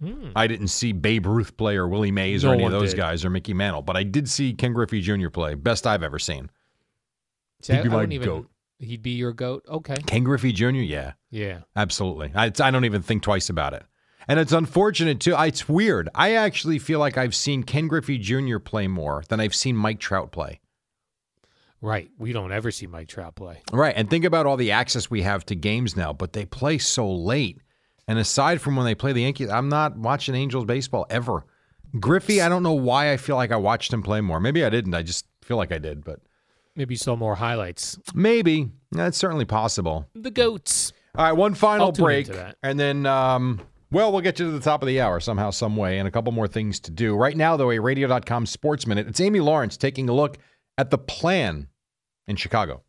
B: Hmm.
A: I didn't see Babe Ruth play or Willie Mays or
B: No
A: any of
B: one
A: those
B: did.
A: guys or Mickey Mantle, but I did see Ken Griffey Jr. play. Best I've ever seen.
B: See,
A: He'd
B: I-
A: be
B: I
A: my
B: wouldn't even-
A: goat.
B: He'd be your goat. Okay.
A: Ken Griffey Jr., yeah.
B: Yeah.
A: Absolutely. I, it's- I don't even think twice about it. And it's unfortunate, too. I, it's weird. I actually feel like I've seen Ken Griffey Jr. play more than I've seen Mike Trout play.
B: Right. We don't ever see Mike Trout play.
A: Right. And think about all the access we have to games now, but they play so late. And aside from when they play the Yankees, I'm not watching Angels baseball ever. Griffey, I don't know why I feel like I watched him play more. Maybe I didn't. I just feel like I did, but
B: Maybe you saw more highlights.
A: maybe. That's certainly possible.
B: The goats.
A: All right, one final
B: I'll tune
A: break,
B: into that.
A: and then um, well, we'll get you to the top of the hour somehow, some way, and a couple more things to do. Right now, though, a Radio.com Sports Minute. It's Amy Lawrence taking a look at the plan in Chicago.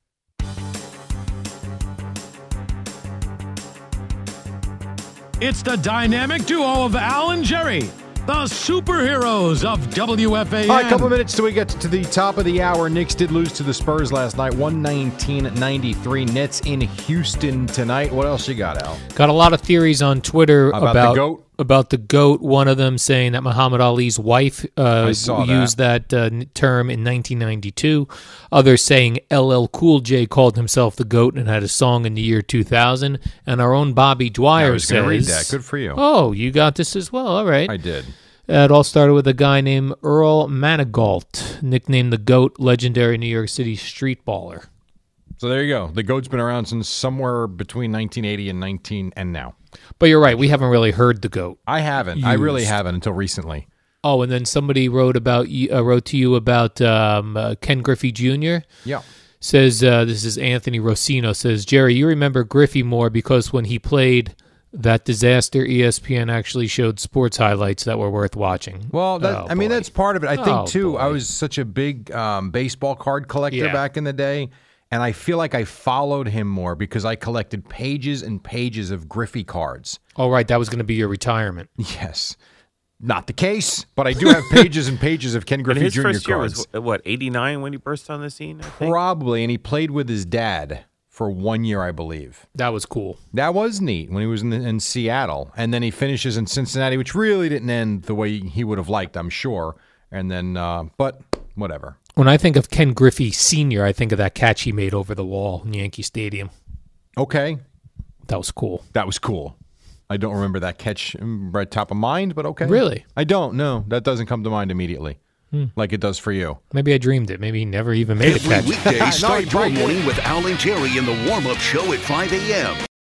G: It's the dynamic duo of Al and Jerry, the superheroes of WFAN.
A: All right, a couple minutes till we get to the top of the hour. Knicks did lose to the Spurs last night, 119-93. Nets in Houston tonight. What else you got, Al?
B: Got a lot of theories on Twitter
A: About the
B: about,
A: goat?
B: about the goat. One of them saying that Muhammad Ali's wife uh,
A: I saw
B: used that, uh, n- term in 1992. Others saying LL Cool J called himself the goat and had a song in the year 2000. And our own Bobby Dwyer
A: I was
B: says,
A: gonna read that. Good for you.
B: Oh, you got this as well. All right.
A: I did.
B: Uh, It all started with a guy named Earl Manigault, nicknamed the Goat, legendary New York City street baller.
A: So there you go. The goat's been around since somewhere between 1980 and 19 and now.
B: But you're right, we haven't really heard the goat.
A: I haven't. I really
B: Used.
A: haven't until recently.
B: Oh, and then somebody wrote about you- uh, wrote to you about um, uh, Ken Griffey Jr.
A: Yeah.
B: says uh, this is Anthony Rossino says Jerry, you remember Griffey more because when he played that disaster, E ESPN actually showed sports highlights that were worth watching.
A: Well, that,
B: Oh,
A: I mean,
B: boy.
A: that's part of it. I think
B: Oh,
A: too. I was such a big um, baseball card collector
B: Yeah.
A: back in the day, and I feel like I followed him more because I collected pages and pages of Griffey cards.
B: All right, that was going to be your retirement.
A: Yes, not the case, but I do have pages and pages of Ken
H: And
A: Griffey
H: his
A: Jr.
H: first
A: cards.
H: year was wh- what eighty nine when he burst on the scene. I think?
A: Probably, and he played with his dad for one year, I believe.
B: That was cool.
A: That was neat when he was in, in Seattle, and then he finishes in Cincinnati, which really didn't end the way he would have liked, I'm sure. And then, uh, but whatever.
B: When I think of Ken Griffey Sr., I think of that catch he made over the wall in Yankee Stadium.
A: Okay,
B: That was cool.
A: That was cool. I don't remember that catch um, right top of mind, but okay.
B: Really?
A: I don't. No, that doesn't come to mind immediately,
B: Hmm.
A: like it does for you.
B: Maybe I dreamed it. Maybe he never even made a
A: Every
B: catch.
A: weekday,
B: No,
K: Start
B: he
K: your
B: probably did.
K: morning with Al and Jerry in the warm-up show at 5 a.m.